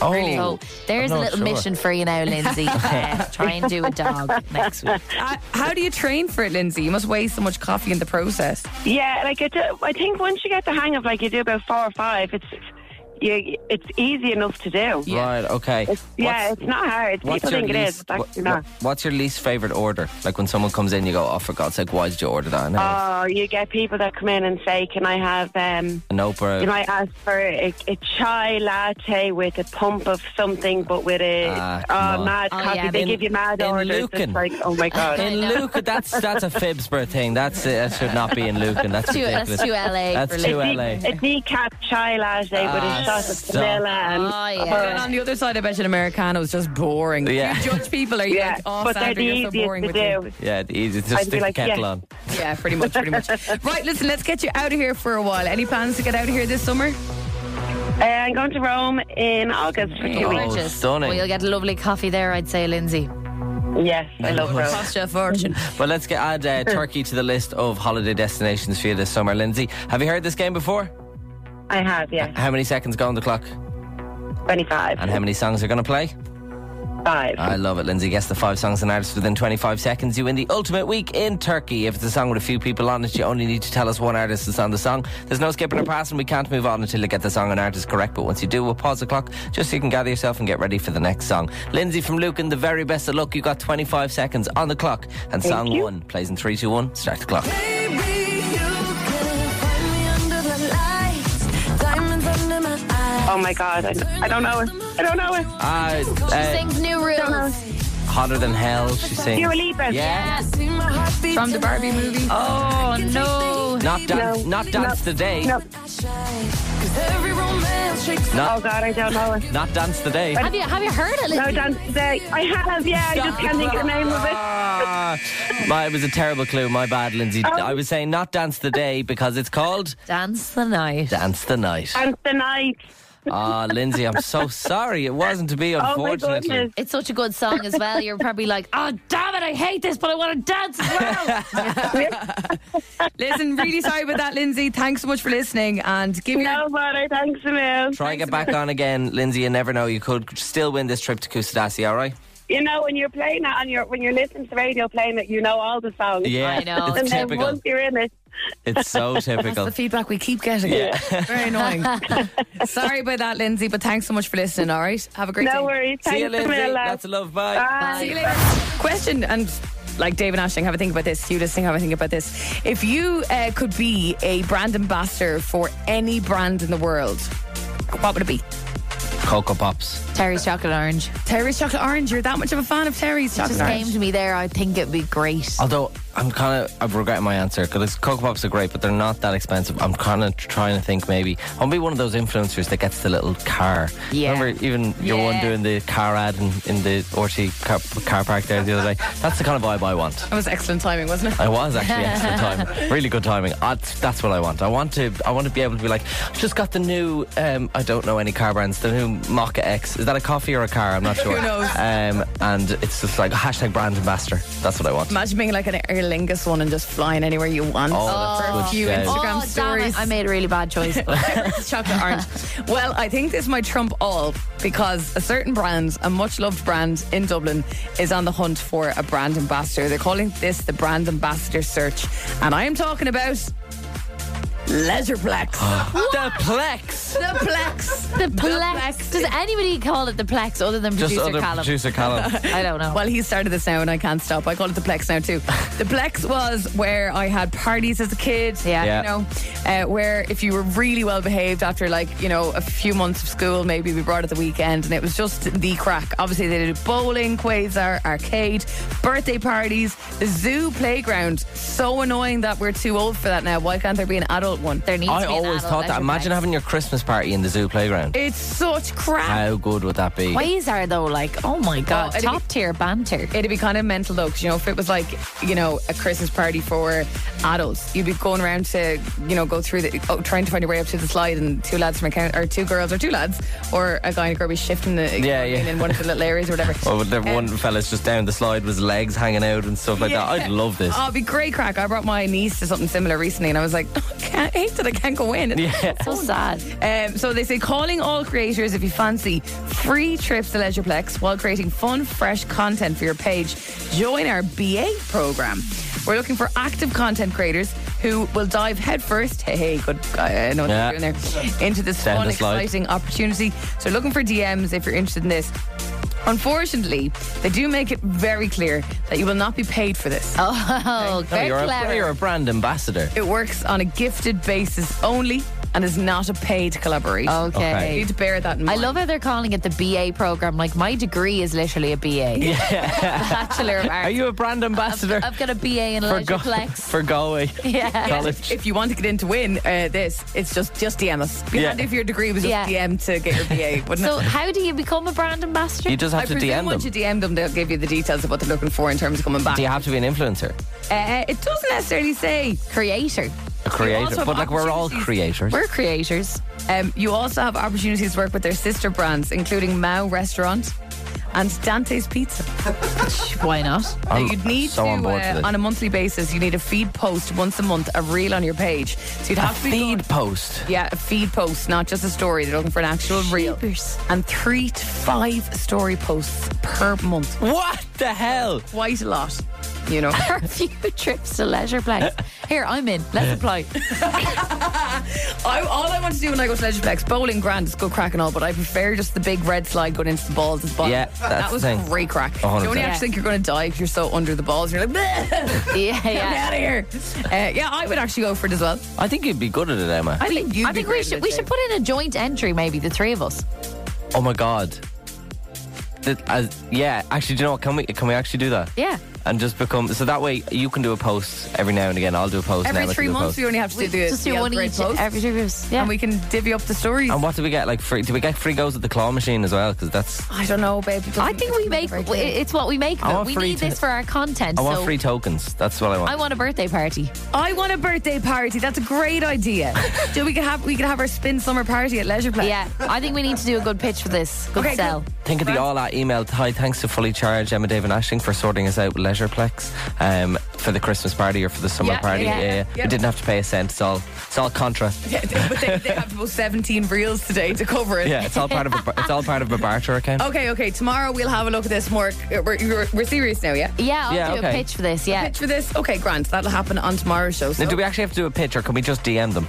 Oh, So there's a I'm not little sure. mission for you now, Lindsay. uh, try and do a dog next week. Uh, how do you train for it, Lindsay? You must waste so much coffee in the process. Yeah, like I, do, I think once you get the hang of like you do about four or five, it's you, it's easy enough to do. Right. Okay. It's, yeah, What's- it's not hard. People think it is, but it's actually what- not. what's your least favorite order? Like when someone comes in, you go, "Oh, for God's sake, why did you order that?" And Oh, you get people that come in and say, "Can I have um, an Oprah. You might ask for a, a chai latte with a pump of something, but with a Ah, come oh, on. mad Oh, coffee. yeah, they in- give you mad in orders. Lucan. It's like, oh my god. in Lucan, that's that's a Fibsborough thing. That's that should not be in Lucan. That's Too- that's ridiculous. too LA for That's too Lucan. LA. a decaf chai latte with Ah, a shot of stop. vanilla and Oh, yeah. but- And on the other side, I bet you an Americano is just boring. Yeah. You judge people, are you yeah, like, oh, but they're Sandra, the you're so boring easiest to with you. do. Yeah, it's easy. Just I'd be stick like, the kettle yeah. on. Yeah, pretty much, pretty much. right, listen, let's get you out of here for a while. Any plans to get out of here this summer? Uh, I'm going to Rome in August for two weeks. Gorgeous. Oh, stunning. Well, you'll get a lovely coffee there, I'd say, Lindsay. Oh. Yes, I love Rome. Cost you a fortune. But let's get add uh, Turkey to the list of holiday destinations for you this summer, Lindsay. Have you heard this game before? I have, yeah, How many seconds go on the clock, 25. and how many songs are going to play? Five. I love it, Lindsay. Guess the five songs and artists within 25 seconds. You win the ultimate week in Turkey. If it's a song with a few people on it, you only need to tell us one artist that's on the song. There's no skipping or passing. We can't move on until you get the song and artist correct. But once you do, we'll pause the clock just so you can gather yourself and get ready for the next song. Lindsay from Lucan, the very best of luck. You got 25 seconds on the clock. And song you. one plays in three, two, one. Start the clock. Maybe you can find me under the lights, diamonds under my eyes. oh my god, I, I don't know it. I don't know it. Uh, uh, Sings new rules. hotter than hell, she sings. Dua Lipa. Yeah. See my heartbeat From the Barbie tonight. movie. Oh, no. Not dance, No. not dance the No. day. No. I shine, 'cause every romance shakes Oh Not, god, I don't know it. not dance the day. Have you, have you heard it, No Lindsay? dance today. I have, yeah. I just can't think of the name of it. Ah, my, it was a terrible clue. My bad, Lindsay. Oh. I was saying not dance the day because it's called Dance the night. dance the night. And tonight, Ah, Lindsay, I'm so sorry. It wasn't to be, oh my unfortunately. goodness. It's such a good song as well. You're probably like, oh, damn it, I hate this, but I want to dance as well. Listen, really sorry about that, Lindsay. Thanks so much for listening and give me No bother, Oh, thanks a mil. Try and get back on again, Lindsay. You never know. You could still win this trip to Kusadasi, all right? You know, when you're playing it on your, when you're listening to the radio playing it, you know all the songs. Yeah, I know. it's And then typical. once you're in it, It's so typical. the feedback we keep getting. Yeah. Very annoying. sorry about that, Lindsay, but thanks so much for listening, all right? Have a great day. no worries. See thanks you, a Lindsay. mil. That's a love. Bye. Bye. See you later. Question and like David Ashling, have a think about this. You listening, have a think about this. If you uh, could be a brand ambassador for any brand in the world, what would it be? Cocoa Pops. Terry's chocolate orange. Terry's chocolate orange. You're that much of a fan of Terry's It chocolate just orange. Oh, came to me there. I think it'd be great. Although I'm kind of I'm regretting my answer because Cocoa Pops are great, but they're not that expensive. I'm kind of trying to think maybe I'll be one of those influencers that gets the little car. Yeah. Remember even your one Yeah. doing the car ad in, in the Orty car, car park there the other day. That's the kind of vibe I want. That was excellent timing, wasn't it? I was actually excellent time. Really good timing. I, that's what I want. I want to. I want to be able to be like, I've just got the new. Um, I don't know any car brands. The new Mocha X. Is that a coffee or a car? I'm not sure. Who knows? Um, and it's just like hashtag brand ambassador. That's what I want. Imagine being like an Aer Lingus one and just flying anywhere you want. Oh, that's for good a few shout. Instagram oh, damn stories. it. I made a really bad choice. chocolate orange. Well, I think this might trump all because a certain brand, a much loved brand in Dublin, is on the hunt for a brand ambassador. They're calling this the brand ambassador search, and I am talking about Leisureplex. The Plex. the Plex. the Plex. Does anybody call it the Plex other than Just producer other Callum? producer Callum. I don't know. Well, he started this now, and I can't stop. I call it the Plex now too. The Plex was where I had parties as a kid. Yeah. Yeah. you know, uh, where if you were really well behaved after like you know a few months of school, maybe we brought it the weekend, and it was just the crack. Obviously, they did bowling, quasar, arcade, birthday parties, the zoo playground. So annoying that we're too old for that now. Why can't there be an adult one? there needs I to be an always adult thought that. leisure Imagine Plex. having your Christmas party in the zoo playground. It's such crap. How good would that be? Ways are though, like oh my god, it'd be- top tier banter. It'd be kind of mental though, 'cause, you know, if it was like, you know, a Christmas party for adults, you'd be going around to, you know, go through the, oh, trying to find your way up to the slide, and two lads from account, or two girls, or two lads, or a guy and a girl be shifting the, Yeah, yeah. in one of the little areas or whatever. Oh, the one fella's just down the slide with his legs hanging out and stuff like that. I'd love this. Oh, it'd be great crack. I brought my niece to something similar recently, and I was like, oh, I, can't, I hate that I can't go in. It's Yeah. So sad. Um, so they say calling all creators if you fancy free trips to Leisureplex while creating fun, fresh content for your page. Join our BA program. We're looking for active content creators who will dive headfirst. Hey, hey, good guy. I know what Yeah. you're doing there. Into this Down fun, the slide. exciting opportunity. So looking for DMs if you're interested in this. Unfortunately, they do make it very clear that you will not be paid for this. Oh, No, very you're, clever. a, you're a brand ambassador. It works on a gifted basis only and is not a paid collaboration. okay. Okay. You need to bear that in I mind. love how they're calling it the BA program. Like my degree is literally a BA, Bachelor of Arts. Are you a brand ambassador? I've got a BA in for, Gal- Leisureplex. for Galway Yeah. College. if you want to get in to win uh, this, it's just just DM us. Be Yeah. handy if your degree was just Yeah. DM to get your BA, wouldn't So it? how do you become a brand ambassador? You just have I to presume DM them. once you DM them, they'll give you the details of what they're looking for in terms of coming back. Do you have to be an influencer, Uh, it doesn't necessarily say. Creator. a creator? have But like we're all opportunities. creators. We're creators. Um, you also have opportunities to work with their sister brands, including Mao Restaurant and Dante's Pizza. Why not? Now, I'm you'd need so to, on board uh, with it. on a monthly basis, you need a feed post once a month, a reel on your page. So you'd a have to be feed post. Yeah, a feed post, not just a story. They're looking for an actual reel. Jeepers. And three to five story posts per month. What the hell? Quite a lot, you know. Our few trips to leisure place. Here, I'm in. Let's apply. I, all I want to do when I go to Leisureplex, bowling grand, it's good crack and all, but I prefer just the big red slide going into the balls. At the bottom. Yeah, that's that was the thing. great crack. You 100%. only actually think you're going to die if you're so under the balls. You're like, "Bleh, Yeah, get yeah. out of here. Uh, yeah, I would actually go for it as well. I think you'd be good at it, Emma. I think you. I think we should we should put in a joint entry, maybe the three of us. oh my god. That, uh, yeah, actually, do you know what? Can we can we actually do that? Yeah. And just become so that way you can do a post every now and again. I'll do a post. and every Emma can three do a months. post. We only have to do the Just do the one upgrade each. post, Every three of us. Yeah. and we can divvy up the stories. And what do we get? Like free? Do we get free goes at the claw machine as well? Because that's I don't know, babe. It doesn't- I think it's we not make very w- clear. it's what we make. of I it. want We free need to- this for our content. I want so free tokens. That's what I want. I want a birthday party. I want a birthday party. That's a great idea. so we could have we could have our spin summer party at Leisure Place. Yeah, I think we need to do a good pitch for this. Good Okay, sell. cool. Think of the all out email. Hi, thanks to Fully Charged, Emma, Dave, and Ashling for sorting us out with Leisureplex um, for the Christmas party or for the summer Yeah, party. yeah, yeah. We didn't have to pay a cent. It's all, it's all contra. Yeah, they- but they, they have about 17 reels today to cover it. Yeah, it's all part of a, bar- it's all part of a barter account. Okay, okay. Tomorrow we'll have a look at this more. We're, we're, we're serious now, yeah? Yeah, I'll Yeah, do okay. a pitch for this. Yeah. Pitch for this? Okay, Grant. That'll happen on tomorrow's show. So. Now, do we actually have to do a pitch or can we just DM them?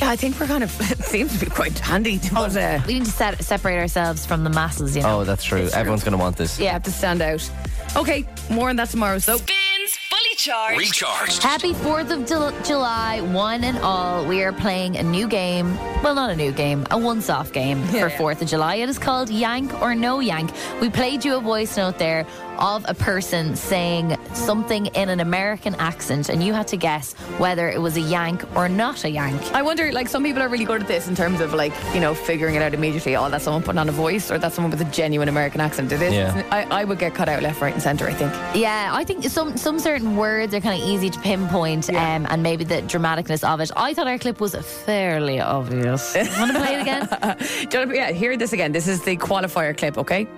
yeah, I think we're kind of. It seems to be quite handy. To, but, uh, We need to set, separate ourselves from the masses, you know. Oh, that's true. Everyone's going to want this. yeah, to stand out. Okay, more on that tomorrow. So Spins Fully Recharged. Recharged. Happy 4th of Jul- July, one and all. We are playing a new game. Well, not a new game, a once off game for 4th of July. It is called Yank or No Yank. We played you a voice note there of a person saying something in an American accent, and you had to guess whether it was a yank or not a yank. I wonder, like, some people are really good at this in terms of, like, you know, figuring it out immediately. Oh, that's someone putting on a voice, or that's someone with a genuine American accent. It is. Yeah. isn't it? I, I would get cut out left, right, and centre, I think. Yeah, I think some some certain words are kind of easy to pinpoint, um, and maybe the dramaticness of it. I thought our clip was fairly obvious. Want to play it again? yeah, hear this again. This is the qualifier clip, okay?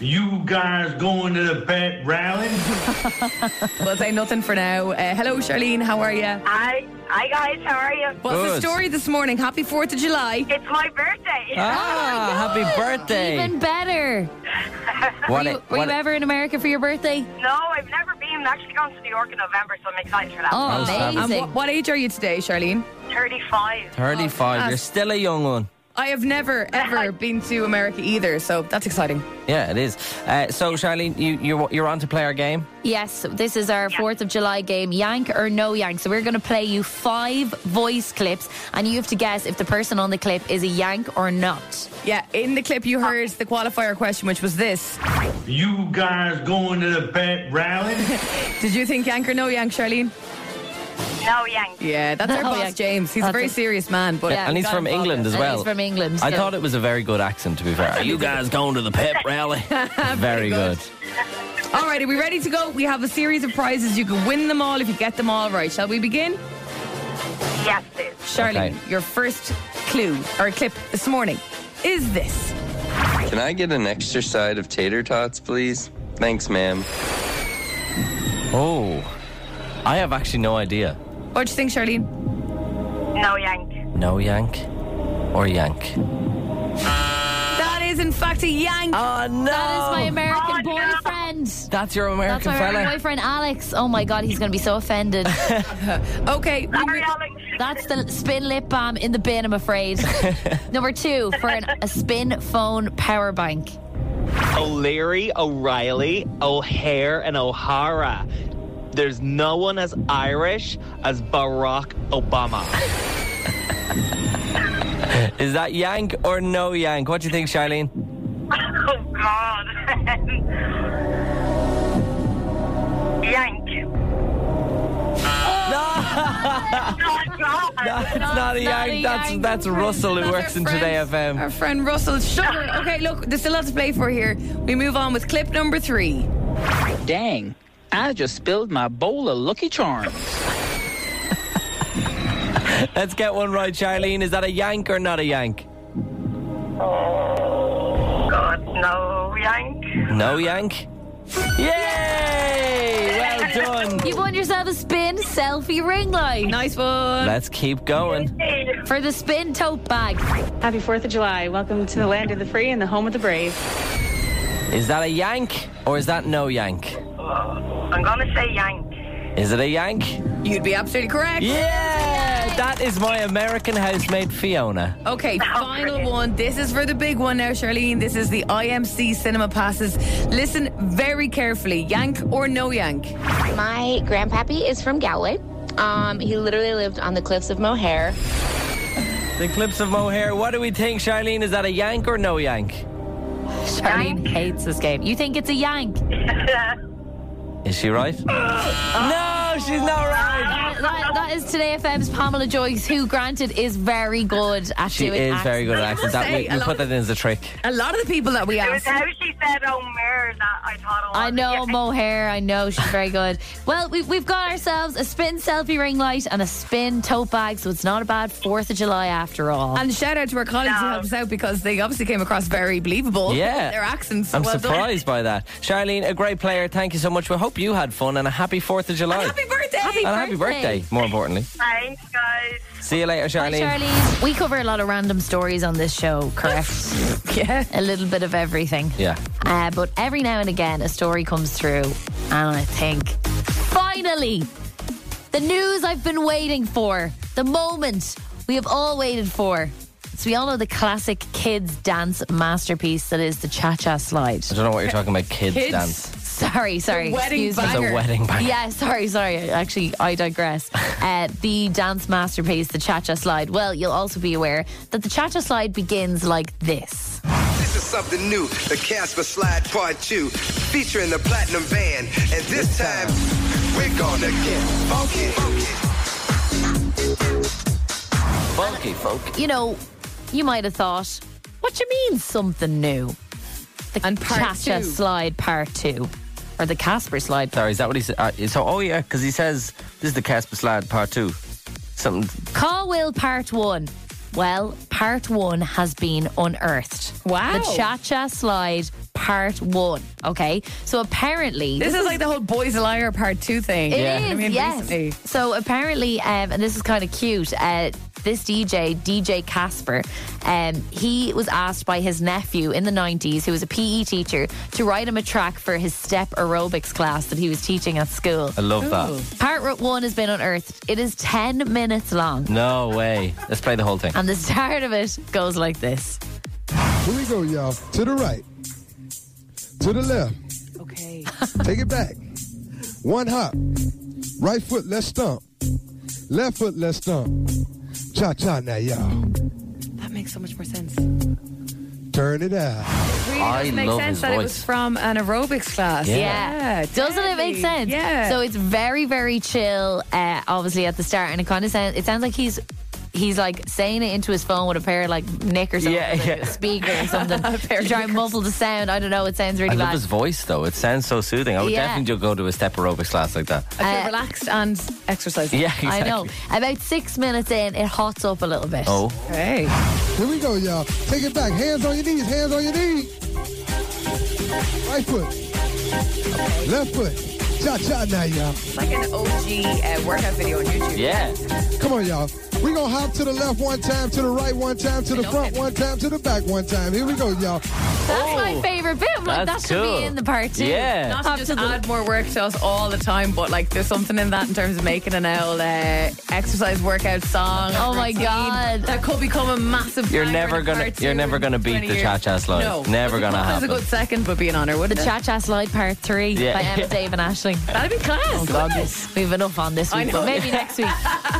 You guys going to the pet rally? we'll say nothing for now. Uh, hello, Charlene. How are you? Hi. Hi, guys. How are you? What's the story this morning? Happy 4th of July. It's my birthday. Ah, happy birthday. Oh Even better. What were a- you, were what you a- ever in America for your birthday? No, I've never been. I'm actually going to New York in November, so I'm excited for that. Oh, amazing. And what, what age are you today, Charlene? 35. 35. You're still a young one. I have never, ever been to America either, so that's exciting. Yeah, it is. Uh, so, Charlene, you, you're, you're on to play our game. Yes, this is our 4th of July game, Yank or No Yank. So, we're going to play you five voice clips, and you have to guess if the person on the clip is a Yank or not. Yeah, in the clip you heard the qualifier question, which was this You guys going to the pet rally? Did you think Yank or no Yank, Charlene? Oh, No, Yank. Yeah, that's our No boss, Oh, yank. James. He's a That's very it. serious man, but Yeah, and he's from England as And well. he's from England, I so- thought it was a very good accent, to be fair. Are you guys going to the pep rally? very good. All right, are we ready to go? We have a series of prizes. You can win them all if you get them all right. Shall we begin? Yes, please. Charlene, your first clue or clip this morning is this. Can I get an extra side of tater tots, please? Thanks, ma'am. Oh, I have actually no idea. What do you think, Charlene? No, Yank. No yank or yank. That is, in fact, a yank. Oh, no. That is my Oh, American boyfriend. That's your That's American my fella. American boyfriend, Alex. Oh my God, he's going to be so offended. okay. That's the spin lip balm in the bin, I'm afraid. Number two, for an, a spin phone power bank. O'Leary, O'Reilly, O'Hare, and O'Hara. There's no one as Irish as Barack Obama. Is that yank or no yank? What do you think, Charlene? Oh, God. yank. No, God. It's not not a yank. a that's yank. that's Russell who works in Today Our FM. friend Russell Sugar. Okay, look, there's still a lot to play for here. We move on with clip number three. Dang, I just spilled my bowl of Lucky Charms. Let's get one right, Charlene. Is that a yank or not a yank? God, no, Yank. No yank. Yay! Well done. You've won yourself a spin selfie ring light. Nice one. Let's keep going. For the spin tote bag. Happy 4th of July. Welcome to the land of the free and the home of the brave. Is that a yank or is that no yank? I'm going to say Yank. Is it a yank? You'd be absolutely correct. Yeah! That is my American housemaid Fiona. Okay, final one. This is for the big one now, Charlene. This is the IMC cinema passes. Listen very carefully. Yank or no yank? My grandpappy is from Galway. Um, he literally lived on the cliffs of Moher. The clips of Mohair. What do we think, Charlene? Is that a yank or no yank? Charlene hates this game. You think it's a yank? Is she right? no, she's not right. That, that is Today FM's Pamela Joyce, who, granted, is very good at She doing is very good at accent. accents. That Say, we, we a put that in as a trick. A lot of the people that we It was asked. how she said Omer that I thought "Oh, it was. I know Mohair. I know she's very good. Well, we, we've got ourselves a spin selfie ring light and a spin tote bag, so it's not a bad Fourth of July after all. And shout out to our colleagues who helped us out because they obviously came across very believable. Yeah. Their accents. so I'm well done. surprised by that. Charlene, a great player. Thank you so much. We hope you had fun and a happy 4th of July. Happy birthday. and a happy birthday, more importantly. Thanks, guys. See you later, Hi, Charlene. We cover a lot of random stories on this show, correct? yeah. A little bit of everything. Yeah. Uh, but every now and again, a story comes through, and I think, finally, the news I've been waiting for, the moment we have all waited for. So we all know the classic kids dance masterpiece that is the cha cha slide. I don't know what you're talking about, kids, dance. Sorry, sorry. The wedding excuse me. banger. The wedding banger. Yeah, sorry, sorry. Actually, I digress. Uh, the dance masterpiece, the Cha Cha Slide. Well, you'll also be aware that the Cha Cha Slide begins like this. This is something new, the Casper Slide Part 2, featuring the Platinum Band. And this time, we're gonna get funky. Funky folk. You know, you might have thought, what you mean something new? The And part Cha Cha two. Slide Part 2. Or the Casper Slide Sorry, is that what he said? Uh, so, oh yeah, because he says this is the Casper Slide Part Two. Something. Caldwell Part 1. Well, Part 1 has been unearthed. Wow. The Cha Cha Slide Part 1. Okay. So apparently. This is like the whole Boys a Liar Part 2 thing. It is I mean, yes. recently. So apparently, um, and this is kind of cute. Uh, this DJ, DJ Casper, um, he was asked by his nephew in the 90s, who was a PE teacher, to write him a track for his step aerobics class that he was teaching at school. I love that. Part one has been unearthed. It is 10 minutes long. No way. Let's play the whole thing. And the start of it goes like this. Here we go, y'all. To the right, to the left. Okay. Take it back. One hop. Right foot, let's stomp. Left foot, let's stomp. Cha cha now, y'all. That makes so much more sense. Turn it out. Really I does make love sense his that it was voice. from an aerobics class. Yeah. Doesn't it make totally. sense? Yeah. So it's very, very chill, uh, obviously, at the start. And it kind of sounds, it sounds like he's. He's like saying it into his phone with a pair of like knickers or Yeah, something, yeah. a speaker or something to try and muffle the sound. I don't know. It sounds really I love bad. his voice though. It sounds so soothing. I would Yeah. definitely just go to a step aerobics class like that. I feel relaxed and exercising. Uh, Yeah, exactly. I know. About six minutes in, it hots up a little bit. Oh. Hey. Here we go, y'all. Take it back. Hands on your knees. Hands on your knees. Right foot. Left foot. Cha cha now, y'all. It's like an OG uh, workout video on YouTube. Yeah. Come on, y'all. We're going to hop to the left one time, to the right one time, to the front one time, to the back one time. Here we go, y'all. That's my favorite bit. I'm like, that that's should cool. be in the part two. Yeah. Not to just add more work to us all the time, but like there's something in that in terms of making an owl uh, exercise workout song. Oh my routine God. That could become a massive. You're banger never in gonna- part two you're never in gonna beat 20 the years. cha-cha slide. No, Never gonna That's a happen. good second, but be an honor, The wouldn't it? Cha Cha Slide Part 3 Yeah. by Emma, Dave, and Ashling. That'd be class. Oh, wouldn't it? We have enough on this I week, know. but maybe next week.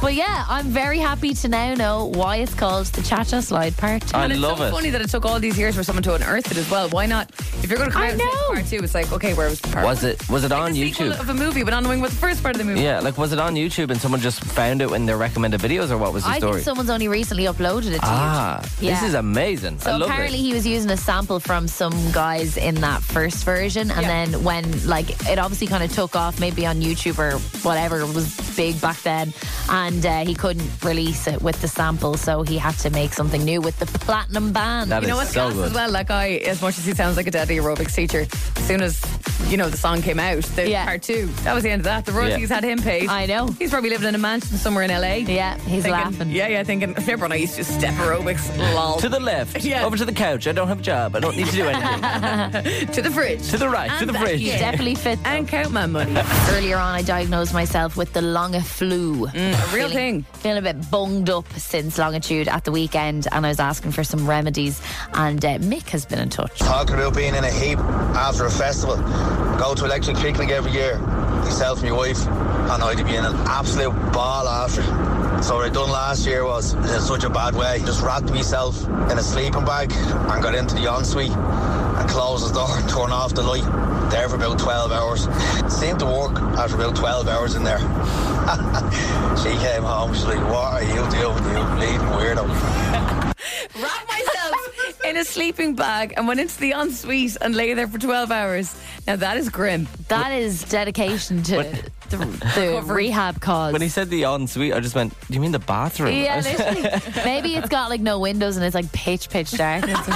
But yeah, I'm very happy to now know why it's called the Cha Cha Slide Part 2. I And it's love so it. funny that it took all these years for someone to unearth it as well. Why not? If you're going to come I out and say it's know. part two, it's like, okay, where was the part Was it was it on sequel YouTube? of a movie, but not knowing what the first part of the movie. Yeah, like was it on YouTube and someone just found it in their recommended videos or what was the I story? think someone's only recently uploaded it to ah, YouTube. Yeah. this is amazing. I So love apparently it. he was using a sample from some guys in that first version, and then when like it obviously kind of took off, maybe on YouTube or whatever it was big back then, and uh, he couldn't release it with the sample, so he had to make something new with the platinum band. That You know is what's so class as good. well? That guy, as much as he sounds like a deadly aerobics teacher, as soon as you know the song came out, the Yeah. part two, that was the end of that. The royalties had him paid. I know. He's probably living in a mansion somewhere in LA. Yeah, he's Thinking- laughing. Yeah, yeah, thinking. Remember when I used to step aerobics? Lol. To the left, Yeah. over to the couch. I don't have a job. I don't need to do anything. to the fridge. to the right, to And the back fridge. in. Definitely fit. and count my money. Earlier on, I diagnosed myself with the longa flu. Mm, a real feeling, thing. Feeling a bit bunged up since longitude at the weekend, and I was asking for some remedies, and uh, Mick has been in touch. Talk about being in a heap after a festival. Go to Electric Picnic every year. Myself and my wife, and I'd be in an absolute ball after. So what I done last year was in such a bad way. Just wrapped myself in a sleeping bag and got into the ensuite and closed the door and turned off the light. There for about 12 hours. Seemed to work after about 12 hours in there. she came home, she's like, what are you doing, you bleeding weirdo? Wrapped myself in a sleeping bag and went into the ensuite and lay there for 12 hours. Now that is grim. That is dedication to the, the rehab cause. When he said the ensuite, I just went, Do you mean the bathroom? yeah, I was- literally. Maybe it's got like no windows and it's like pitch, pitch dark. It's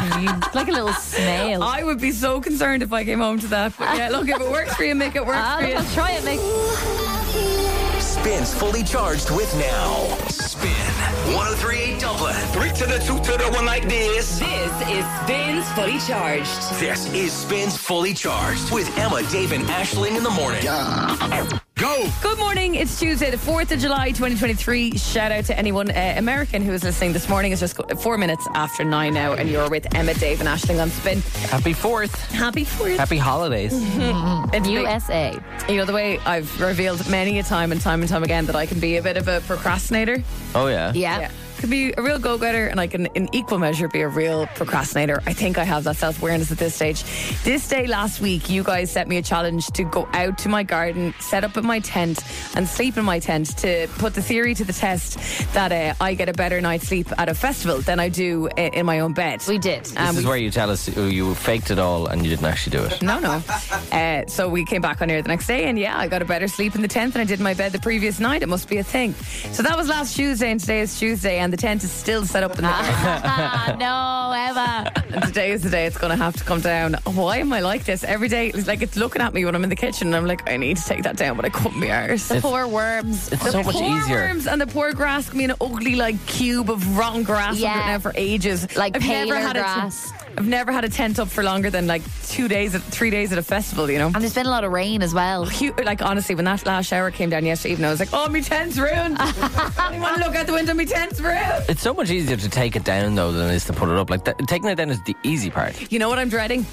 like a little snail. I would be so concerned if I came home to that. But yeah, look, if it works for you, Mick, it works Ah, for you. look, I'll try it, Mick. Spins fully charged with now. Spin 1038 Dublin. Three to the two to the one like this. This is Spins Fully Charged. This is Spins Fully Charged with Emma, Dave, and Ashling in the morning. Go! Good morning. It's Tuesday, the 4th of July, 2023. Shout out to anyone uh, American who is listening this morning. It's just four minutes after nine now, and you're with Emma, Dave, and Ashling on Spin. Happy 4th. Happy 4th. Happy holidays. It's USA. you know, the way I've revealed many a time and time and time again that I can be a bit of a procrastinator. Oh, yeah. Could be a real go getter, and I can, in equal measure, be a real procrastinator. I think I have that self awareness at this stage. This day last week, you guys set me a challenge to go out to my garden, set up in my tent, and sleep in my tent to put the theory to the test that uh, I get a better night's sleep at a festival than I do uh, in my own bed. We did. This Um, is where you tell us oh, you faked it all and you didn't actually do it. No, no. Uh, so we came back on air the next day, and yeah, I got a better sleep in the tent than I did in my bed the previous night. It must be a thing. So that was last Tuesday, and today is Tuesday, and the tent is still set up in Ah. the ah, no, Emma. And today is the day it's going to have to come down. Why am I like this every day? It's like it's looking at me when I'm in the kitchen, and I'm like, I need to take that down, but I couldn't be ours. The poor worms. It's so much poor easier. worms and the poor grass can be an ugly like cube of wrong grass under it Yeah. now for ages. Like paler had grass. A t- I've never had a tent up for longer than like two days, at, three days at a festival. You know, and there's been a lot of rain as well. Like honestly, when that last shower came down yesterday evening, I was like, oh, my tent's ruined. Anyone look out the window? My tent's ruined. It's so much easier to take it down though than it is to put it up. Like that, taking it down is the easy part. You know what I'm dreading?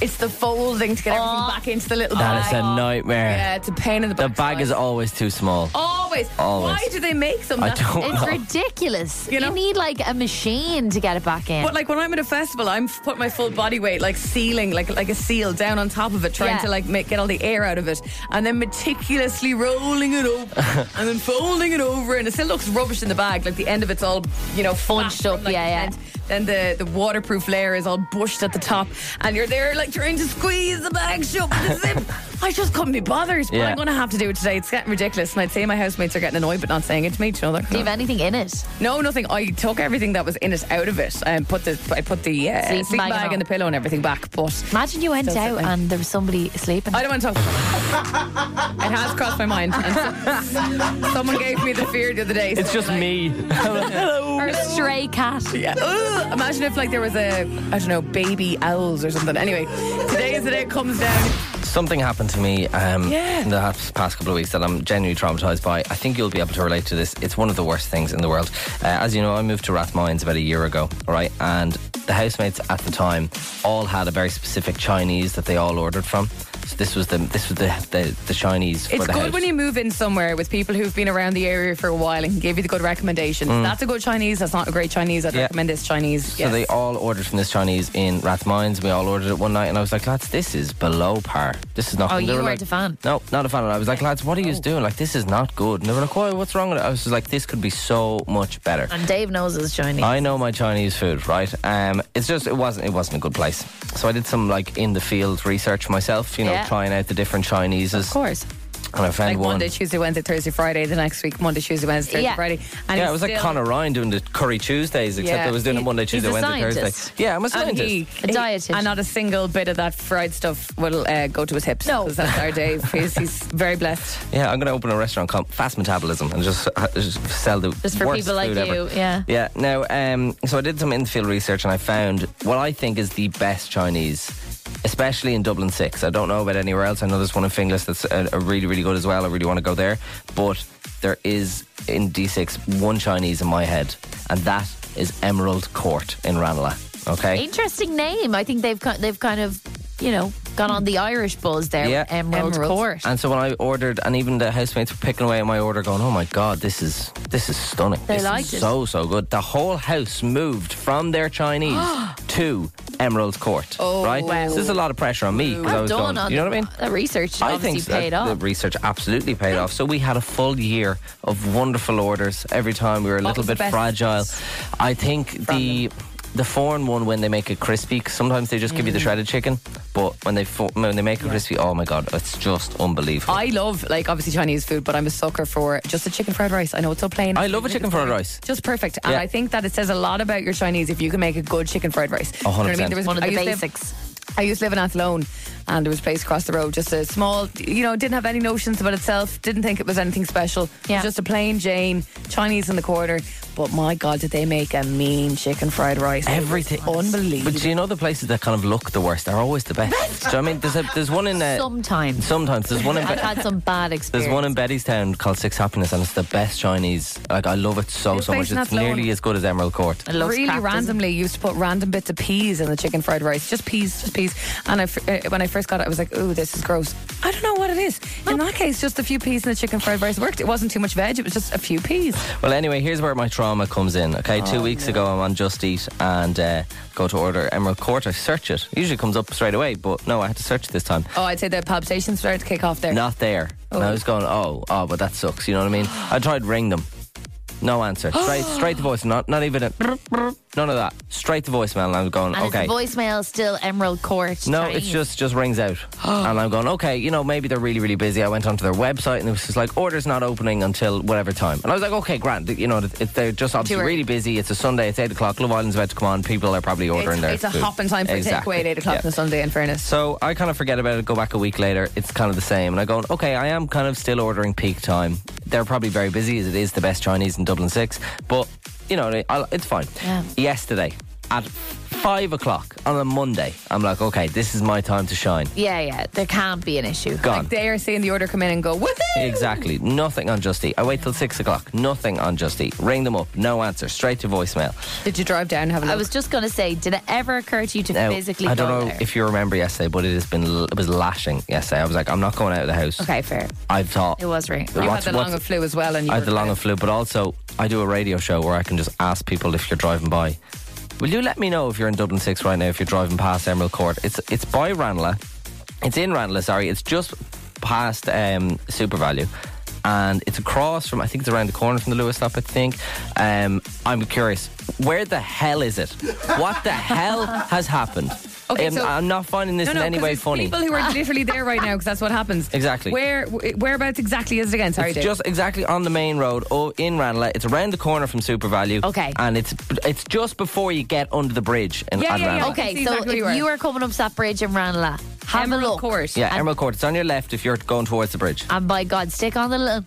It's the folding to get everything back into the little That bag. is a nightmare. Yeah, Oh, it's a pain in the The butt. bag is always too small. Always. Always. Why do they make them? I that- don't It's ridiculous. You, need like a machine to get it back in. But like when I'm at a festival, I'm f- put my full body weight like sealing, like like a seal down on top of it, trying Yeah. to like make, get all the air out of it, and then meticulously rolling it up and then folding it over, and it still looks rubbish in the bag. Like the end of it's all you know bunched up. yeah, yeah. Then the, the waterproof layer is all bushed at the top, and you're there like trying to squeeze the bag shut. with the zip. I just couldn't be bothered. But Yeah. I'm gonna have to do it today. It's getting ridiculous, and I'd say my housemates are getting annoyed, but not saying it to me. Do you know that? Do you have anything in it? No, nothing. I took everything that was in it out of it, and put the I put the uh, Sleeping sleeping bag bag, and all. and the pillow and everything back. But Imagine you went Does it out like- and there was somebody sleeping. I don't want to talk. it has crossed my mind. And so- someone gave me the fear the other day. It's just me. Hello. Or a stray cat. Yeah. Ugh. Imagine if like there was a I don't know baby owls or something. Anyway, today is the day it comes down. Something happened to me um, Yeah. in the ha- past couple of weeks that I'm genuinely traumatized by. I think you'll be able to relate to this. It's one of the worst things in the world. Uh, as you know, I moved to Rathmines about a year ago, all right? And the housemates at the time all had a very specific Chinese that they all ordered from. So this was the this was the the, the Chinese for It's the good house. when you move in somewhere with people who've been around the area for a while and can give you the good recommendations. Mm. That's a good Chinese. That's not a great Chinese. I'd Yeah. recommend this Chinese. So they all ordered from this Chinese in Rathmines. We all ordered it one night, and I was like, lads, this is below par. This is not. Oh, good." They you were weren't like, a fan. No, not a fan. And I was like, lads, what are you doing? Like, this is not good. And they were like, why? What's wrong with it? I was just like, this could be so much better. And Dave knows it's Chinese. I know my Chinese food, right? Um, it's just it wasn't it wasn't a good place. So I did some like in the field research myself, you know, Yeah. trying out the different Chineses. Of course. And I found like one. Monday, Tuesday, Wednesday, Thursday, Friday. The next week, Monday, Tuesday, Wednesday, Thursday, Yeah. Friday. yeah, he's it was like still- Conor Ryan doing the curry Tuesdays, except Yeah. I was doing it Monday, Tuesday, he's a Wednesday, scientist. Thursday. Yeah, I'm a And scientist. he- he- And not a single bit of that fried stuff will uh, go to his hips. No. that's our Dave. He's, he's very blessed. Yeah, I'm going to open a restaurant called Fast Metabolism and just, uh, just sell the Just for worst people like food you, ever. yeah. Yeah. Now, um, so I did some in-field research and I found what I think is the best Chinese, especially in Dublin Six. I don't know about anywhere else. I know there's one in Finglas that's uh, uh, really, really good as well. I really want to go there, but there is in D6 one Chinese in my head, and that is Emerald Court in Ranelagh. Okay. Interesting name. I think they've ki- they've kind of you know gone on the Irish buzz there. um, with Emerald, Court. And so when I ordered, and even the housemates were picking away at my order, going, "Oh my god, this is this is stunning. They this liked is it. so so good." The whole house moved from their Chinese to Emerald Court. Oh, right? wow. So there's a lot of pressure on me because Well I was done going, on you know the- what I mean? that research I obviously think that paid off. The research absolutely paid off. So we had a full year of wonderful orders. Every time we were a What little was the bit best? fragile. I think the the foreign one when they make it crispy. 'cause sometimes they just give Mm. you the shredded chicken, but when they fo- when they make it crispy, oh my god, it's just unbelievable. I love, like, obviously Chinese food, but I'm a sucker for just a chicken fried rice. I know it's so plain. I love a chicken fried rice. Just perfect. And Yeah. I think that it says a lot about your Chinese if you can make a good chicken fried rice. You know what I mean? 100%. There was One of the I used to live- I used to live in Athlone and there was a place across the road, just a small, you know, didn't have any notions about itself, didn't think it was anything special. Yeah. just a plain Jane, Chinese in the corner. But my God, did they make a mean chicken fried rice? Everything. Unbelievable. But you know the places that kind of look the worst are always the best. so I mean, there's a, there's one in uh, Sometimes. Sometimes there's one in. I've had some bad experiences. There's one in Bettystown called Six Happiness, and it's the best Chinese. Like I love it so so much. facing It's that loan. nearly as good as Emerald Court. really randomly used to put random bits of peas in the chicken fried rice, just peas, just peas. And I, fr- uh, when I first got it, I was like, "Ooh, this is gross." I don't know what it is. In that case, just a few peas in the chicken fried rice worked. It wasn't too much veg; it was just a few peas. Well, anyway, here's where my trauma comes in. Okay, two Oh, weeks ago, I'm on Just Eat and uh, go to order Emerald Court. I search it. Usually comes up straight away, but no, I had to search it this time. Oh, I'd say the palpitations started to kick off there. Not there. And I was going, oh, oh, but that sucks. You know what I mean? I tried ring them. No answer. Straight, straight to voice. Not, not even a. None of that. Straight to voicemail. And I'm going, And okay. it's voicemail still Emerald Court. No, Chinese. it's just just rings out, and I'm going okay. You know, maybe they're really really busy. I went onto their website and it was just like orders not opening until whatever time, and I was like, okay, grand. You know, it, they're just obviously early. really busy. It's a Sunday. It's eight o'clock. Love Island's about to come on. People are probably ordering it's, their. it's a food. hopping time for Exactly. takeaway at eight o'clock Yeah. on a Sunday. In fairness, So I kind of forget about it, go back a week later, it's kind of the same. And I go, okay, I am kind of still ordering peak time. They're probably very busy as it is the best Chinese in Dublin 6, but you know, I'll, it's fine. Yesterday at five o'clock on a Monday, I'm like, okay, this is my time to shine. Yeah, yeah. There can't be an issue. Gone. they are seeing the order come in and go, "Whoop!" Exactly. Nothing on Just Eat. I wait till six o'clock. Nothing on Just Eat. Ring them up. No answer. Straight to voicemail. Did you drive down and have a look? I was just going to say, did it ever occur to you to Now, physically I don't go know there? if you remember yesterday, but it has been l- it was lashing yesterday. I was like, I'm not going out of the house. okay, fair. I've thought It was right. You had What's- the what's- long of flu as well, and you I had were the long kind and flu, but also I do a radio show where I can just ask people if you're driving by. Will you let me know if you're in Dublin Six right now? If you're driving past Emerald Court, it's it's by Ranelagh. It's in Ranelagh. Sorry, it's just past um, Super Value, and it's across from. I think it's around the corner from the Lewis stop. I think. Um, I'm curious. Where the hell is it? What the hell has happened? Okay, I'm, so- I'm not finding this No, in no, any 'cause way it's funny. People who are literally there right now, because that's what happens. Exactly. Where wh- whereabouts exactly is it again? Sorry, it's Dave. just exactly on the main road oh, in Ranelagh. It's around the corner from Super Value. Okay. And it's it's just before you get under the bridge in at Ranelagh. Okay, so if you are coming up to that bridge in Ranelagh, have a look. Course. Yeah, and, Emerald Court. It's on your left if you're going towards the bridge. Ah. and by God, stick on the little.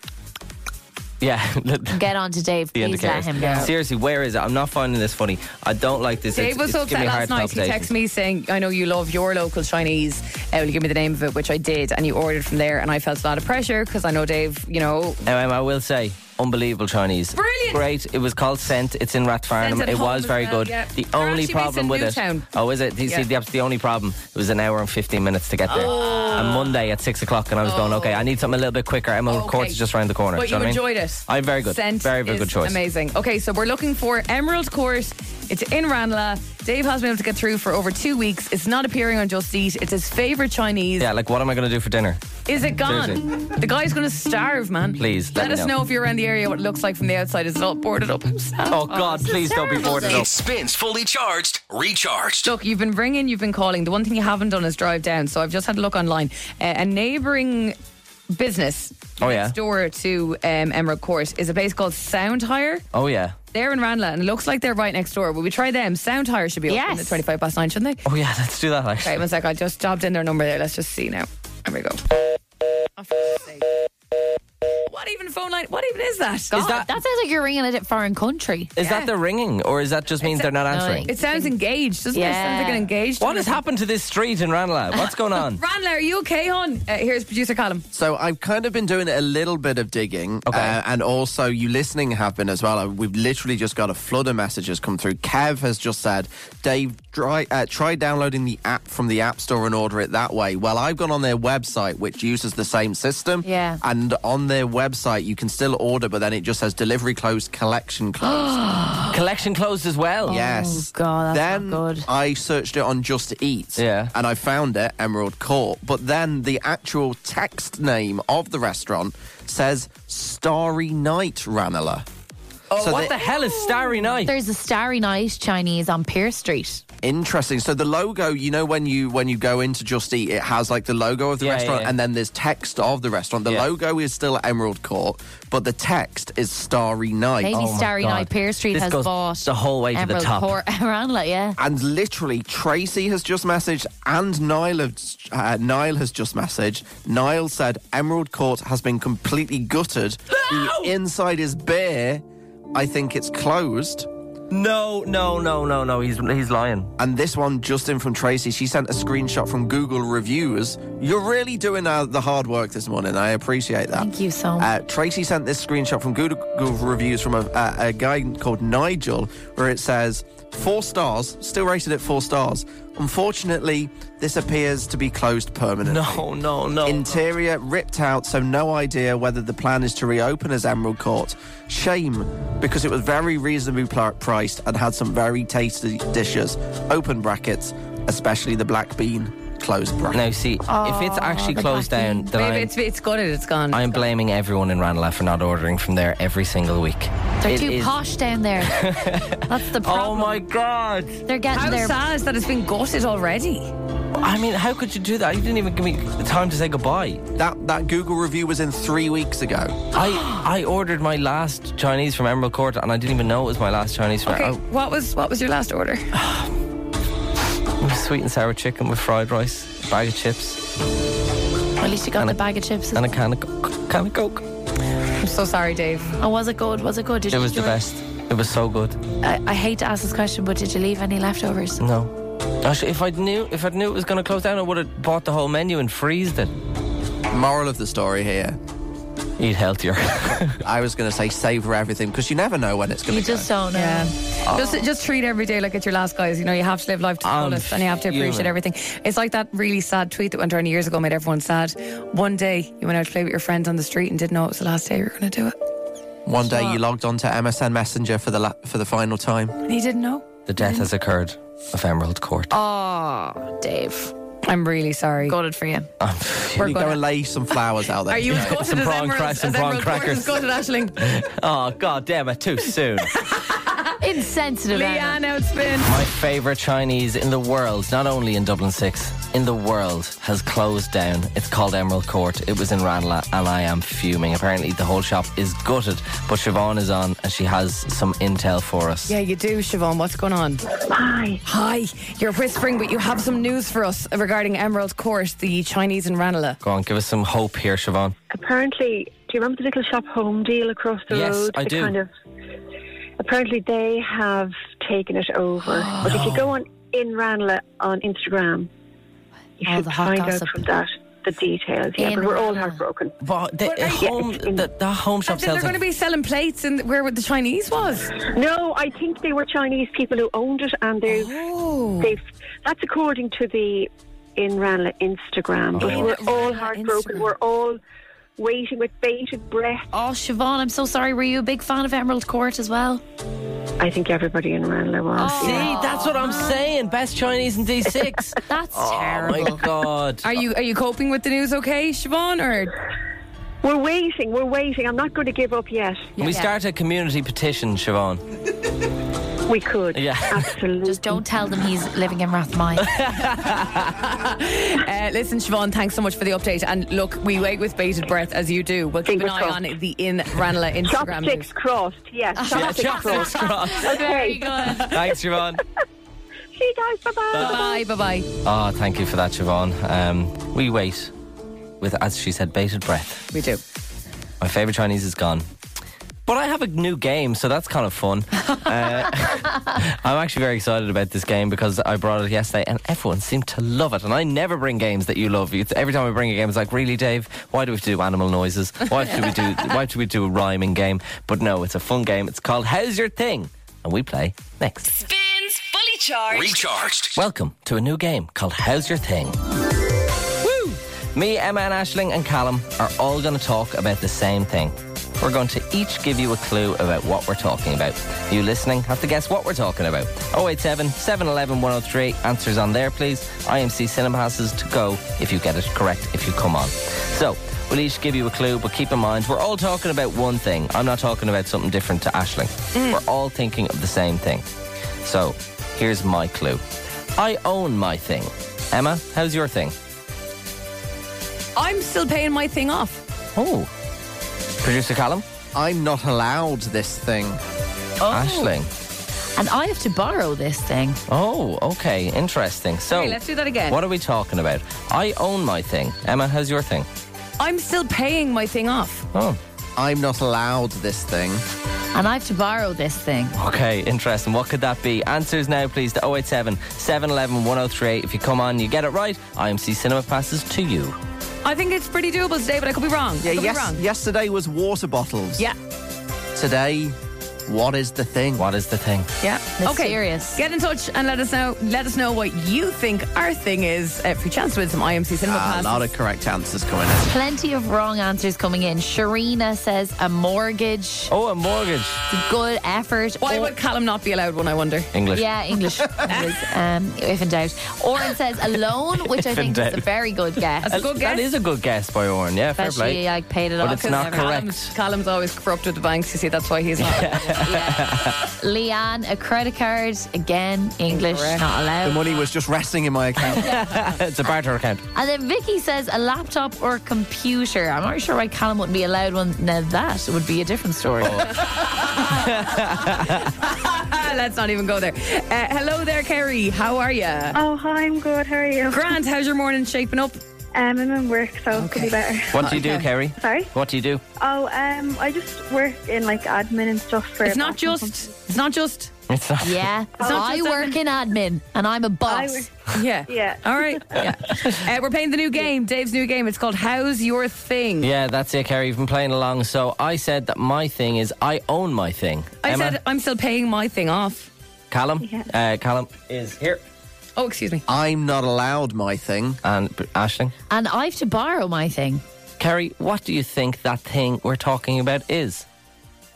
Yeah. the Get on to Dave. the Please indicators. let him go. Seriously, where is it? I'm not finding this funny. I don't like this. Dave It's- was it's so upset giving me last heart night. He palpitations. texted me saying, I know you love your local Chinese. Uh, will you give me the name of it? Which I did. And you ordered from there. And I felt a lot of pressure because I know Dave, you know. Um, I will say, unbelievable Chinese. Brilliant. Great. It was called Scent. It's in Rathfarnham. Scent at It home was as very well, good. yeah. The They're actually only based problem in with it. Newtown. Oh, is it? You Yeah. See, that's the only problem. It was an hour and 15 minutes to get there. Oh. And Monday at 6 o'clock, and I was going, okay, I need something a little bit quicker. Emma Okay. okay. Court is just around the corner. But Do you know what enjoyed I mean? it. I'm very good. Scent very, very is good choice. Amazing. Okay, so we're looking for Emerald Court. It's in Ranelagh. Dave has been able to get through for over two weeks. It's not appearing on Just Eat. It's his favourite Chinese. Yeah, like, what am I going to do for dinner? Is it gone? Seriously. The guy's going to starve, man. Please, let, let us me know. know. if you're around the area what it looks like from the outside. Is it all boarded up? I'm sad. Oh, God, please don't be boarded up. It spins fully charged, recharged. Look, you've been ringing, you've been calling. The one thing you haven't done is drive down. So I've just had a look online. Uh, a neighbouring business Oh, yeah. next door to um, Emerald Court is a place called Sound Hire. Oh, yeah. They're in Ranelagh and it looks like they're right next door. Will we try them? Sound Hire should be open Yes. at 25 past 9, shouldn't they? Oh, yeah, let's do that, actually. Okay, one sec. I just jobbed in their number there. Let's just see now. There we go. Oh, for fuck's sake. What even phone line? What even is that? God, Oh, that sounds like you're ringing a foreign country. Is that the ringing, or is that just means they're not answering? It sounds engaged. Doesn't it Yeah. sound like an engaged? What has happened to this street in Ranelagh? What's going on? Ranla, are you okay, hon? Uh, here's producer Callum. So I've kind of been doing a little bit of digging, uh, and also you listening have been as well. Uh, We've literally just got a flood of messages come through. Kev has just said, "Dave, try, uh, try downloading the app from the app store and order it that way." Well, I've gone on their website, which uses the same system. Yeah. And on their website, you can still order, but then it just says delivery closed, collection closed. Collection closed as well. yes. Oh, God, that's then I searched it on Just Eat. Yeah. And I found it, Emerald Court. But then the actual text name of the restaurant says Starry Night Ranelagh. Oh, what the hell is Starry Night? There's a Starry Night Chinese on Pier Street. Interesting. So the logo, you know, when you when you go into Just Eat, it has like the logo of the Yeah, restaurant yeah. and then there's text of the restaurant. The logo is still Emerald Court, but the text is Starry Night. Maybe Oh Starry Night Pier Street has bought Emerald Court around like yeah. And literally, Tracy has just messaged, and Niall, has- uh, Niall has just messaged. Niall said Emerald Court has been completely gutted. The inside is bare. I think it's closed. No, no, no, no, no. He's he's lying. And this one, Justin from Tracy, she sent a screenshot from Google reviews. You're really doing uh, the hard work this morning. I appreciate that. Thank you so much. Uh, Tracy sent this screenshot from Google reviews from a, a, a guy called Nigel, where it says four stars, still rated at four stars. Unfortunately, this appears to be closed permanently. No, no, no. Interior ripped out, so no idea whether the plan is to reopen as Emerald Court. Shame, because it was very reasonably pl- priced and had some very tasty dishes. Open brackets, especially the black bean. Closed bracket. Now, see, if it's actually closed down, then Maybe I'm, it's, it's gutted, it's gone. I'm blaming everyone in Ranelagh for not ordering from there every single week. They're It too is- posh down there. That's the problem. Oh my god. They're getting How their sad is that it's been gutted already? I mean, how could you do that? You didn't even give me the time to say goodbye. That that Google review was in three weeks ago. I I ordered my last Chinese from Emerald Court, and I didn't even know it was my last Chinese. From Okay, what was what was your last order? oh, sweet and sour chicken with fried rice, a bag of chips, At least you got the bag of chips. and a can of Coke. Can of Coke. I'm so sorry, Dave. Oh, was it good? Was it good? Did It you was the enjoy best. It was so good. I, I hate to ask this question, but did you leave any leftovers? No. Actually, if I knew if I knew it was going to close down, I would have bought the whole menu and freezed it. Moral of the story here. Eat healthier. I was going to say savor everything because you never know when it's going You to go. just don't know. Just just treat every day like it's your last, guys. You know, you have to live life to the I'm fullest, Oh. and you have to appreciate fuming. everything. It's like that really sad tweet that went around years ago, made everyone sad. One day you went out to play with your friends on the street and didn't know it was the last day you were going to do it, One day you logged onto MSN Messenger for the la- for the final time. and you didn't know. The death has occurred of Emerald Court. Oh, Dave, I'm really sorry. Gutted for you. We're going to lay some flowers out there. Are you as gutted Some as prawn Emerald- cracks, as some prawn Emerald Court crackers. is gutted, Aisling? oh god damn it! Too soon. Insensitive. Leanne outspin. My favourite Chinese in the world, not only in Dublin 6, in the world, has closed down. It's called Emerald Court. It was in Ranelagh, and I am fuming. Apparently, the whole shop is gutted, but Siobhan is on, and she has some intel for us. Yeah, you do, Siobhan. What's going on? Hi. Hi. You're whispering, but you have some news for us regarding Emerald Court, the Chinese in Ranelagh. Go on, give us some hope here, Siobhan. apparently, do you remember the little shop home deal across the Yes, road? I The do. Kind of, apparently, they have taken it over. but if you go on in Ranelagh on Instagram, you All should the hot find gossip. out from that the details. Yeah, In but we're all heartbroken. But the, home, the, the home shop Then they're sells going to like be selling plates in where the Chinese was. No, I think they were Chinese people who owned it, and they've. Oh. they've that's according to the In Ranelagh Instagram. But Oh. we're In all Ranelagh heartbroken. Instagram. We're all waiting with bated breath. Oh, Siobhan, I'm so sorry. Were you a big fan of Emerald Court as well? I think everybody in Ranelagh was. See, that's what I'm saying. Best Chinese in D6. That's oh, my God. Are you are you coping with the news okay, Siobhan? Or We're waiting. We're waiting. I'm not going to give up yet. Can we start a community petition, Siobhan? We could. Yeah. Absolutely. Just don't tell them he's living in Rathmine. uh, listen, Siobhan, thanks so much for the update. And look, we wait with bated breath as you do. We'll keep an Fingers eye crossed. on the in Ranelagh Instagram. Chopsticks crossed. Yes. Chopsticks yeah, chopsticks crossed. okay. Thanks, Siobhan. See you guys. Bye-bye. Bye bye bye. Ah, thank you for that, Siobhan. Um, we wait with, as she said, bated breath. We do. My favourite Chinese is gone. But I have a new game, so that's kind of fun. uh, I'm actually very excited about this game because I brought it yesterday and everyone seemed to love it. And I never bring games that you love. It's- Every time I bring a game, it's like, really, Dave? Why do we have to do animal noises? Why do we do? Why do we do a rhyming game? But no, it's a fun game. It's called How's Your Thing, and we play next. Spins fully charged. Recharged. Welcome to a new game called How's Your Thing. Woo! Me, Emma, and Ashling and Callum are all going to talk about the same thing. We're going to each give you a clue about what we're talking about. You listening have to guess what we're talking about. 087 711 103. Answers on there, please. IMC Cinema passes to go if you get it correct if you come on. So, we'll each give you a clue, but keep in mind, we're all talking about one thing. I'm not talking about something different to Ashling. We're all thinking of the same thing. So, here's my clue I own my thing. Emma, how's your thing? I'm still paying my thing off. Oh. Producer Callum? I'm not allowed this thing. Oh. Ashling. And I have to borrow this thing. Oh, okay. Interesting. So, Okay, let's do that again. What are we talking about? I own my thing. Emma, how's your thing? I'm still paying my thing off. Oh. I'm not allowed this thing. And I have to borrow this thing. Okay, interesting. What could that be? Answers now, please, to 087 711 1038. If you come on, you get it right. IMC Cinema passes to you. I think it's pretty doable today, but I could be wrong. Yeah, could yes- be wrong. yesterday was water bottles. Yeah. Today, what is the thing? What is the thing? Yeah. Okay. Mysterious. Get in touch and let us know. Let us know what you think our thing is. Uh, for a chance to win some IMC cinema Ah, a passes. lot of correct answers coming in. Plenty of wrong answers coming in. Sharina says a mortgage. Oh, a mortgage. Good effort. Why Or- would Callum not be allowed one? I wonder. English. Yeah, English. English, um, if in doubt. Oren says a loan, which I If think in is a doubt. very good guess. That's a good guess. That is a good guess by Oren. Yeah, fair Especially play. like paid it But off. it's not whatever. correct. Callum's, Callum's always corrupt with the banks. You see, that's why he's not. Leanne, a credit card. Again, English, not The allowed. money was just resting in my account. it's a barter account. And then Vicky says a laptop or computer. I'm not sure why Callum wouldn't be allowed one. Now that would be a different story. Oh. Ah, Let's not even go there. Uh, hello there, Kerry. How are you? Oh, hi, I'm good. How are you? Grant, how's your morning shaping up? Um, I'm in work, so it could be better. What do you do, Kerry? Sorry? What do you do? Oh, um, I just work in like admin and stuff for. It's not banking just. companies. It's not just. It's not. Yeah. It's not I just work in admin and I'm a I boss. work- Yeah. Yeah. All right. Yeah. Uh, we're playing the new game, Dave's new game. It's called How's Your Thing? Yeah, that's it, Kerry. You've been playing along. So I said that my thing is I own my thing. I Emma, said I'm still paying my thing off. Callum, Yeah. uh, Callum is here. Oh, excuse me. I'm not allowed my thing. And B- Ashling, And I have to borrow my thing. Kerry, what do you think that thing we're talking about is?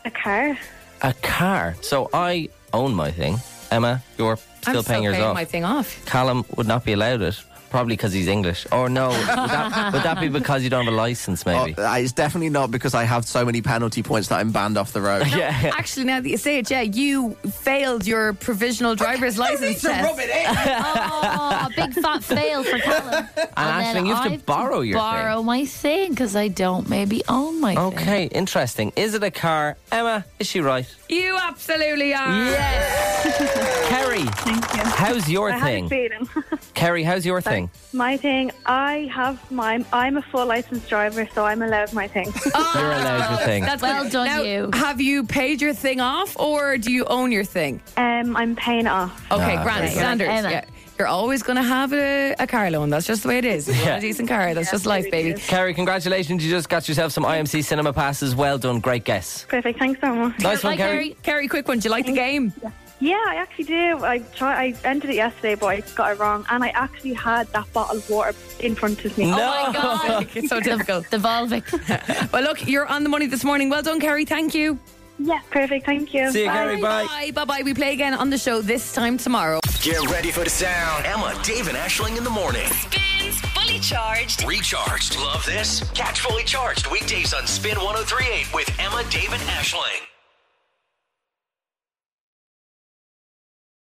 A car. A car. So I own my thing. Emma, you're still I'm paying still yours paying off. my thing off. Callum would not be allowed it, probably because he's English. Or no, would that, would that be because you don't have a license? Maybe. Uh, It's definitely not because I have so many penalty points that I'm banned off the road. yeah. Actually, now that you say it, yeah, you failed your provisional driver's license test. Oh, a big fat fail for Callum. And, Ashling, you have to I've borrow your thing. borrow my thing because I don't maybe own my thing. Okay, interesting. Is it a car? Emma, is she right? You absolutely are. Kerry, how's your I thing? had a feeling. Kerry, how's your thing? my thing. I have my. I'm a full licensed driver, so I'm allowed my thing. You're allowed your thing. That's Well good. done, Now, you. Have you paid your thing off or do you own your thing? um, I'm paying it off. Okay, Ah, Grant, very good. standards. Emma. Yeah. You're always going to have a, a car loan. That's just the way it is. You want Yeah. a decent car. That's just life, baby. Kerry, congratulations. You just got yourself some IMC Cinema Passes. Well done. Great guess. Perfect. Thanks so much. Nice one, Bye, Kerry. Kerry, quick one. Do you like the game? Yeah, I actually do. I try. I entered it yesterday, but I got it wrong, and I actually had that bottle of water in front of me. No. Oh my God. It's so difficult. The Volvic. Well, look, you're on the money this morning. Well done, Kerry. Thank you. Yeah, perfect. Thank you. See you, Bye. Kerry. Bye. Bye. Bye bye. We play again on the show this time tomorrow. Get ready for the sound. Emma, Dave, and Ashling in the morning. Spins Fully Charged. oh Recharged. Love this? Catch fully charged weekdays on Spin 1038 with Emma, Dave, and Ashling.